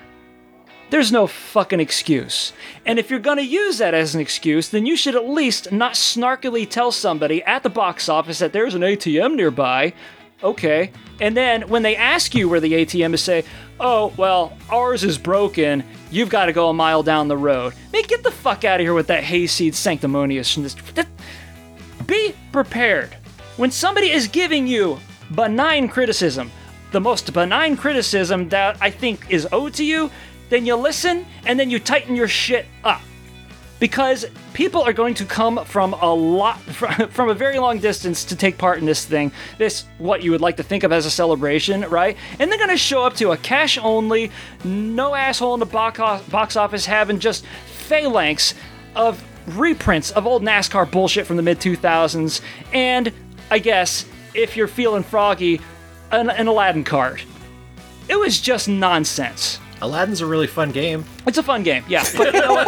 There's no fucking excuse. And if you're gonna use that as an excuse, then you should at least not snarkily tell somebody at the box office that there's an ATM nearby okay. And then when they ask you where the ATM is, say, oh, well, ours is broken. You've got to go a mile down the road. Man, get the fuck out of here with that hayseed sanctimoniousness. That- Be prepared. When somebody is giving you benign criticism, the most benign criticism that I think is owed to you, then you listen and then you tighten your shit up because people are going to come from a lot from, from a very long distance to take part in this thing this what you would like to think of as a celebration right and they're going to show up to a cash only no asshole in the box, o- box office having just phalanx of reprints of old nascar bullshit from the mid 2000s and i guess if you're feeling froggy an, an aladdin card it was just nonsense Aladdin's a really fun game. it's a fun game yeah but you know what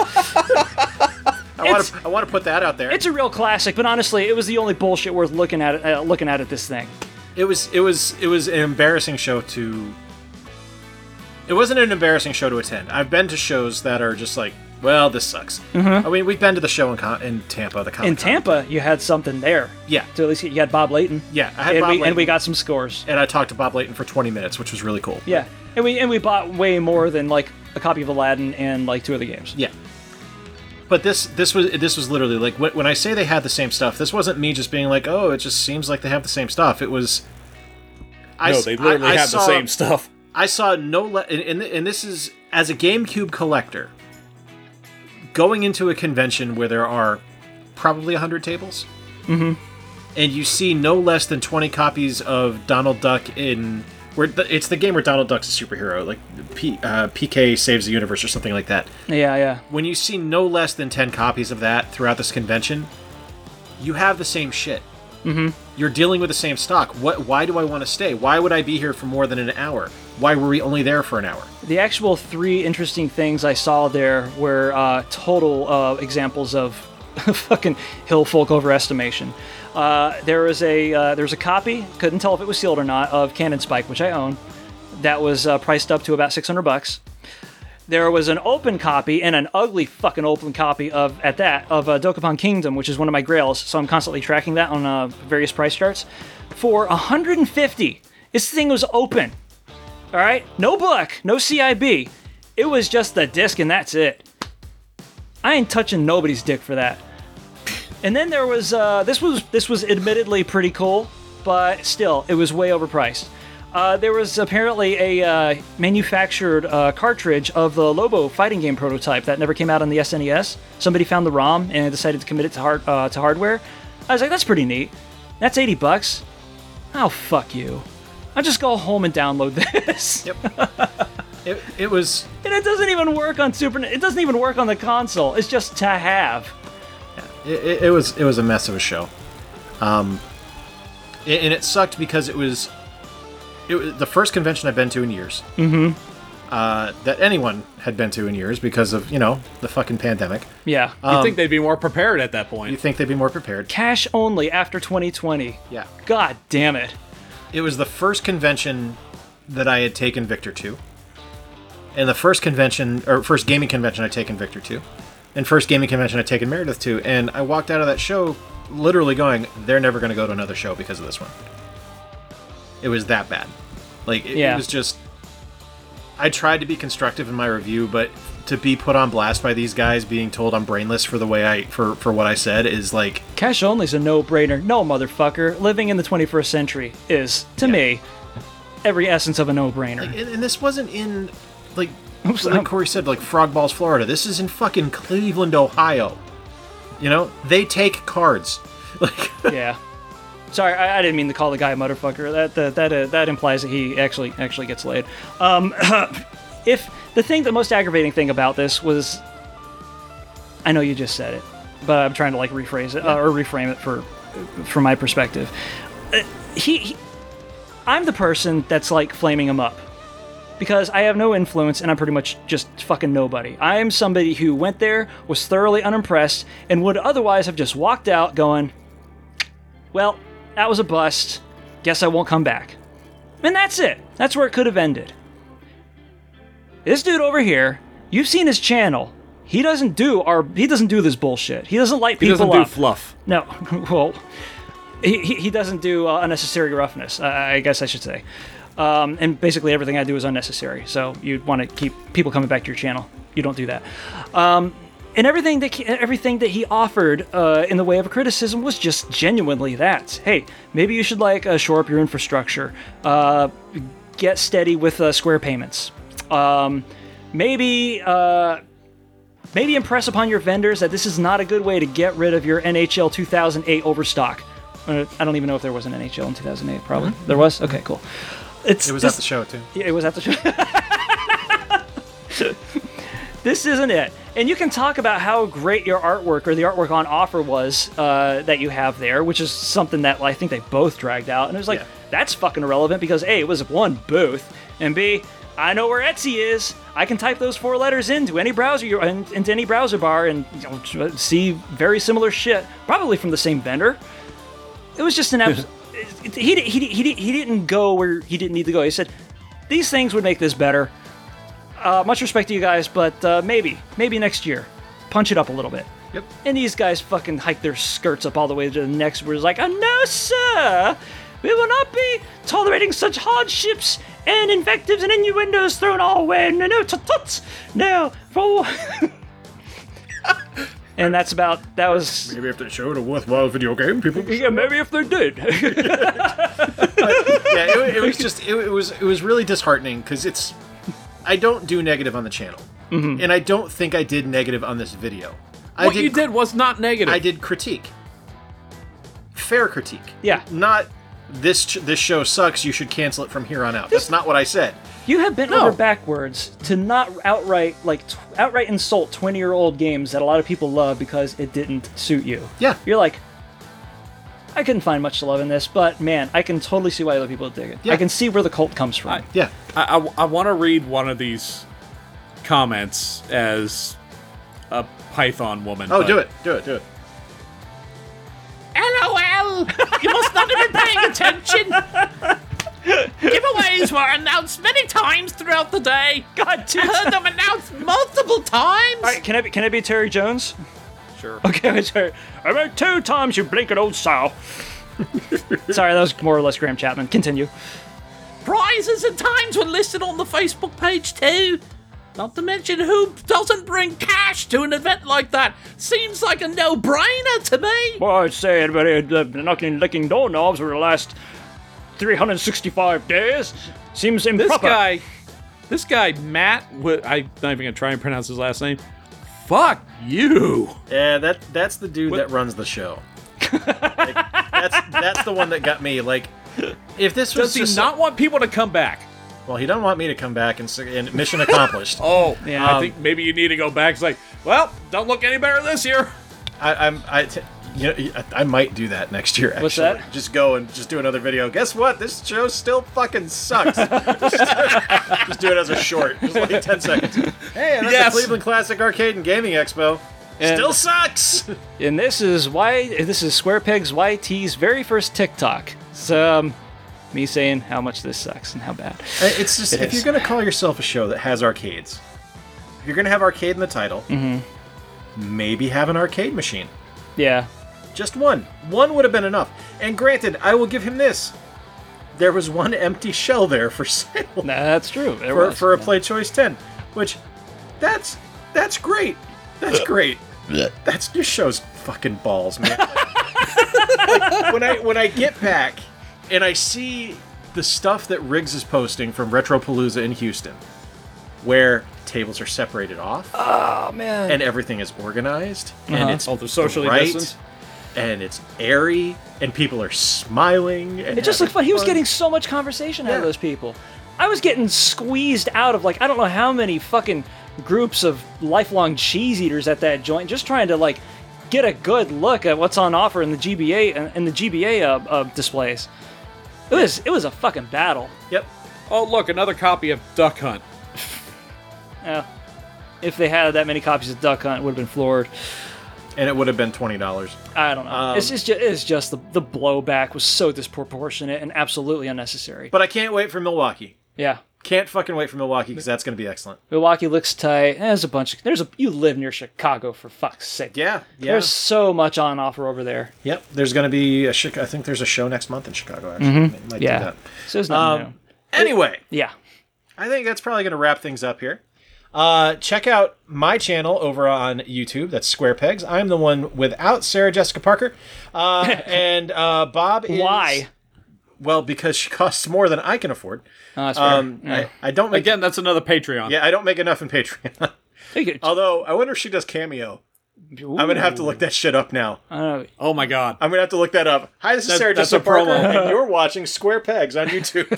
I want It's- to I want to put that out there. It's a real classic, but honestly, it was the only bullshit worth looking at. Uh, looking at at this thing. it was it was it was an embarrassing show to it wasn't an embarrassing show to attend i've been to shows that are just like well this sucks i mean we've been to the show in, Con- in tampa the Comic Mm-hmm. In Tampa, you had something there. yeah So at least you had Bob Layton. yeah i had and bob we Layton, and we got some scores. and i talked to bob layton for 20 minutes which was really cool Yeah, and we and we bought way more than like a copy of Aladdin and like two other games. yeah but this this was this was literally like when when i say they had the same stuff this wasn't me just being like oh it just seems like they have the same stuff it was I, no, s- they literally I- I have the saw- same stuff. I saw no le- and, and and this is as a GameCube collector going into a convention where there are probably 100 tables. Mhm. Mm-hmm. And you see no less than 20 copies of Donald Duck in where the, it's the game where Donald Duck's a superhero, like P, uh, PK saves the universe or something like that. Yeah, yeah. When you see no less than 10 copies of that throughout this convention, you have the same shit. Mhm. You're dealing with the same stock. What why do I want to stay? Why would I be here for more than an hour? Why were we only there for an hour? The actual three interesting things I saw there were uh, total uh, examples of fucking hill folk overestimation. Uh, there was a uh, there was a copy, couldn't tell if it was sealed or not, of Cannon Spike, which I own. That was uh, priced up to about six hundred bucks. There was an open copy and an ugly fucking open copy of at that of uh, Dokapon Kingdom, which is one of my grails. So I'm constantly tracking that on uh, various price charts. For 150, this thing was open. All right, no book, no CIB. It was just the disc, and that's it. I ain't touching nobody's dick for that. And then there was uh, this was this was admittedly pretty cool, but still it was way overpriced. Uh, there was apparently a uh, manufactured uh, cartridge of the Lobo fighting game prototype that never came out on the SNES. Somebody found the ROM and decided to commit it to hard uh, to hardware. I was like, that's pretty neat. That's 80 bucks. Oh fuck you. I'll just go home and download this. It, it was And it doesn't even work on Super. N- It doesn't even work on the console. It's just to have. it, it- it was it was a mess of a show. Um a- and it sucked because it was it was the first convention I've been to in years. Mhm. Uh, that anyone had been to in years because of, you know, the fucking pandemic. Yeah. I think they'd be more prepared at that point. You think they'd be more prepared? Uh, Cash only after 2020. Yeah. God damn it. it was the first convention that I had taken Victor to, and the first convention or first gaming convention I'd taken Victor to, and first gaming convention I'd taken Meredith to, and I walked out of that show literally going, "They're never going to go to another show because of this one." It was that bad. Like it, it Yeah. was just. I tried to be constructive in my review, but to be put on blast by these guys being told I'm brainless for the way I for for what I said is like Cash only's a no-brainer. No motherfucker. Living in the 21st century is, to me, every essence of a no-brainer. And, and this wasn't in, like, Oops, like um, Corey said, like Frog Balls, Florida. This is in fucking Cleveland, Ohio. You know, they take cards. Like, yeah. Sorry, I, I didn't mean to call the guy a motherfucker. That that that, uh, that implies that he actually actually gets laid. Um, if the thing, the most aggravating thing about this was, I know you just said it, but I'm trying to like rephrase it uh, or reframe it for from my perspective. Uh, he, he, I'm the person that's like flaming him up because I have no influence and I'm pretty much just fucking nobody. I am somebody who went there, was thoroughly unimpressed, and would otherwise have just walked out going, well, that was a bust. Guess I won't come back. And that's it. That's where it could have ended. This dude over here, you've seen his channel. He doesn't do our he doesn't do this bullshit. He doesn't light he people doesn't up. do fluff. No, well, he, he he doesn't do uh, unnecessary roughness. Uh, I guess I should say. Um, and basically everything I do is unnecessary. So you'd want to keep people coming back to your channel. You don't do that. Um, and everything that he- everything that he offered uh, in the way of a criticism was just genuinely that. Hey, maybe you should like uh, shore up your infrastructure. Uh, get steady with uh, square payments. Um, maybe uh, maybe impress upon your vendors that this is not a good way to get rid of your NHL 2008 overstock. Uh, I don't even know if there was an NHL in 2008. Probably there was. Okay, cool. It's, Mm-hmm. It was this- at the show too. yeah, it was at the show. this isn't it. And you can talk about how great your artwork or the artwork on offer was uh, that you have there, which is something that I think they both dragged out. And it was like, Yeah. that's fucking irrelevant because A, it was one booth, and B, I know where Etsy is. I can type those four letters into any browser, you in- into any browser bar, and you know, see very similar shit, probably from the same vendor it was just an abs- it- he, di- he, di- he, di- he didn't go where he didn't need to go. He said, these things would make this better. Uh, much respect to you guys, but uh, maybe, maybe next year, punch it up a little bit. Yep. And these guys fucking hiked their skirts up all the way to the next. Where it's like, oh, no, sir, we will not be tolerating such hardships and invectives and innuendos thrown our way. No, no, tut tuts. No, for. and that's about that was Maybe after the show, a worthwhile video game, people. yeah. Maybe if they did. yeah, it, it was just it, it was it was really disheartening because it's I don't do negative on the channel, and I don't think I did negative on this video. I Mm-hmm. what you did was not negative. I did critique, fair critique. Yeah. not this ch- this show sucks. You should cancel it from here on out. That's not what I said. You have bent No. over backwards to not outright like t- outright insult twenty year old games that a lot of people love because it didn't suit you. Yeah. you're like, I couldn't find much to love in this, but man, I can totally see why other people dig it. Yeah. I can see where the cult comes from. I- Yeah, I, I, want to read one of these comments as a Python woman. Oh, but- do it, do it, do it. LOL! You must not have been paying attention! Giveaways were announced many times throughout the day. God, dude. I heard them announced multiple times. All right, can I be, can I be Terry Jones? Sure. Okay, I'm sorry. I meant two times you blinking old sow. sorry, that was more or less Graham Chapman. Continue. Prizes and times were listed on the Facebook page too. Not to mention who doesn't bring cash to an event like that. Seems like a no-brainer to me. Well, I'd say anybody uh, knocking licking doorknobs over the last 365 days seems This improper. guy, this guy Matt. What, I'm not even gonna try and pronounce his last name. Fuck you. Yeah, that that's the dude that runs the show. Like, that's that's the one that got me. Like, if this was Does he just- not want people to come back? well, he don't want me to come back and, s- and mission accomplished. Oh, yeah. I um, think maybe you need to go back. It's like, well, don't look any better this year. I, I'm I. T- you know, I- I might do that next year. Actually. What's that? Just go and just do another video. Guess what? This show still fucking sucks. just, do it as a short, just like ten seconds. Hey, I'm at Yes. the Cleveland Classic Arcade and Gaming Expo. still sucks. And this is why this is Square Peg's YT's very first TikTok. So um, me saying how much this sucks and how bad. I- Uh, It's just if is. you're gonna call yourself a show that has arcades, if you're gonna have arcade in the title, maybe have an arcade machine. Yeah. Just one. One would have been enough. And granted, I will give him this. There was one empty shell there for sale Nah, that's true. There for, was. for a play choice ten, which that's that's great. That's great. That's your show's fucking balls, man. Like, when I when I get back and I see the stuff that Riggs is posting from Retropalooza in Houston, where tables are separated off. Oh man. And everything is organized and Uh-huh. it's Oh, they're socially bright, distanced? And it's airy and people are smiling and It just looked having fun. He was getting so much conversation out of Yeah. those people. I was getting squeezed out of like I don't know how many fucking groups of lifelong cheese eaters at that joint, just trying to like get a good look at what's on offer in the GBA and in the GBA uh, uh, displays. It was it was a fucking battle. Yep. Oh, look, another copy of Duck Hunt. Yeah. If they had that many copies of Duck Hunt, it would have been floored. And it would have been twenty dollars. I don't know. Um, it's just it's just the the blowback was so disproportionate and absolutely unnecessary. But I can't wait for Milwaukee. yeah. Can't fucking wait for Milwaukee because that's going to be excellent. Milwaukee looks tight. Eh, There's a bunch of there's a you live near Chicago for fuck's sake. Yeah, yeah. There's so much on offer over there. Yep, there's going to be a Chica- I think there's a show next month in Chicago. Actually, Might- might do Mm-hmm. Yeah. that. So there's nothing Um, new. Anyway, Yeah. I think that's probably going to wrap things up here. Uh, check out my channel over on YouTube. That's Square Pegs. I'm the one without Sarah Jessica Parker, uh, and uh, Bob. Is, Why? Well, because she costs more than I can afford. Oh, that's fair. Um, Yeah. I, I don't make, Again, that's another Patreon. Yeah, I don't make enough in Patreon. Take it. Although I wonder if she does cameo. Ooh. I'm gonna have to look that shit up now. I don't know. Oh my god. I'm gonna have to look that up. Hi, this is That's- Sarah that's Jessica a Parker, promo. and you're watching Square Pegs on YouTube.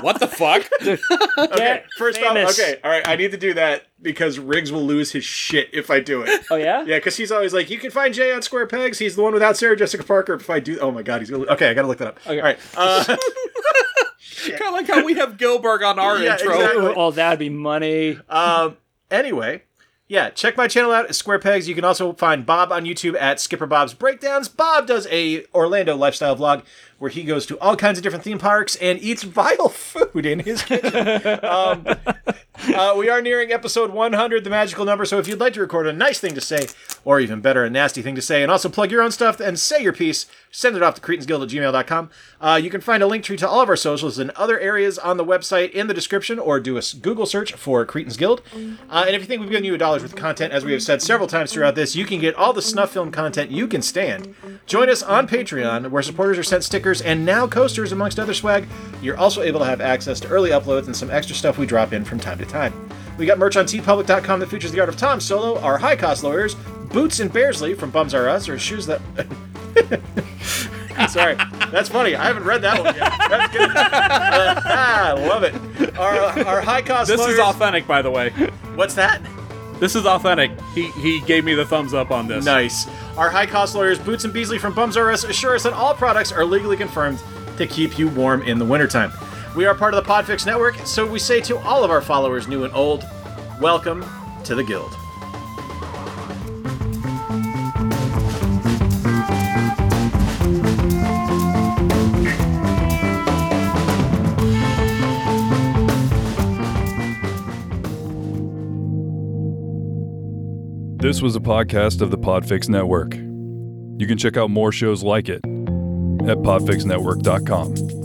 What the fuck? Okay, first famous. off, okay, all right, I need to do that because Riggs will lose his shit if I do it. Oh yeah? Yeah, because he's always like, you can find Jay on Square Pegs. He's the one without Sarah Jessica Parker. If I do, oh my god, he's gonna. Okay, I gotta look that up. All right, uh, kind of like how we have Gilberg on our Yeah, intro. exactly. Uh, Oh, that'd be money. anyway, yeah, check my channel out at Square Pegs. You can also find Bob on YouTube at Skipper Bob's Breakdowns. Bob does a Orlando lifestyle vlog where he goes to all kinds of different theme parks and eats vile food in his kitchen. um, uh, we are nearing episode 100, the magical number. So if you'd like to record a nice thing to say, or even better, a nasty thing to say, and also plug your own stuff and say your piece, send it off to cretansguild at gmail.com. Uh, you can find a link tree to all of our socials and other areas on the website in the description, or do a s- Google search for Cretans Guild. Uh, and if you think we've given you a dollar's worth of content, as we have said several times throughout this, you can get all the snuff film content you can stand. Join us on Patreon, where supporters are sent stickers and now coasters, amongst other swag. You're also able to have access to early uploads and some extra stuff we drop in from time to time. We got merch on tpublic.com that features the art of Tom Solo, our high cost lawyers, Boots and Bearsley from Bums R Us, or shoes that. Sorry, that's funny. I haven't read that one yet. That's good. Uh, ah, love it. Our, our high cost This lawyers. is authentic, by the way. What's that? This is authentic. He he gave me the thumbs up on this. Nice. Our high cost lawyers, Boots and Beasley from Bums R Us, assure us that all products are legally confirmed to keep you warm in the wintertime. We are part of the Podfix Network, so we say to all of our followers, new and old, welcome to the Guild. This was a podcast of the Podfix Network. You can check out more shows like it at podfixnetwork.com.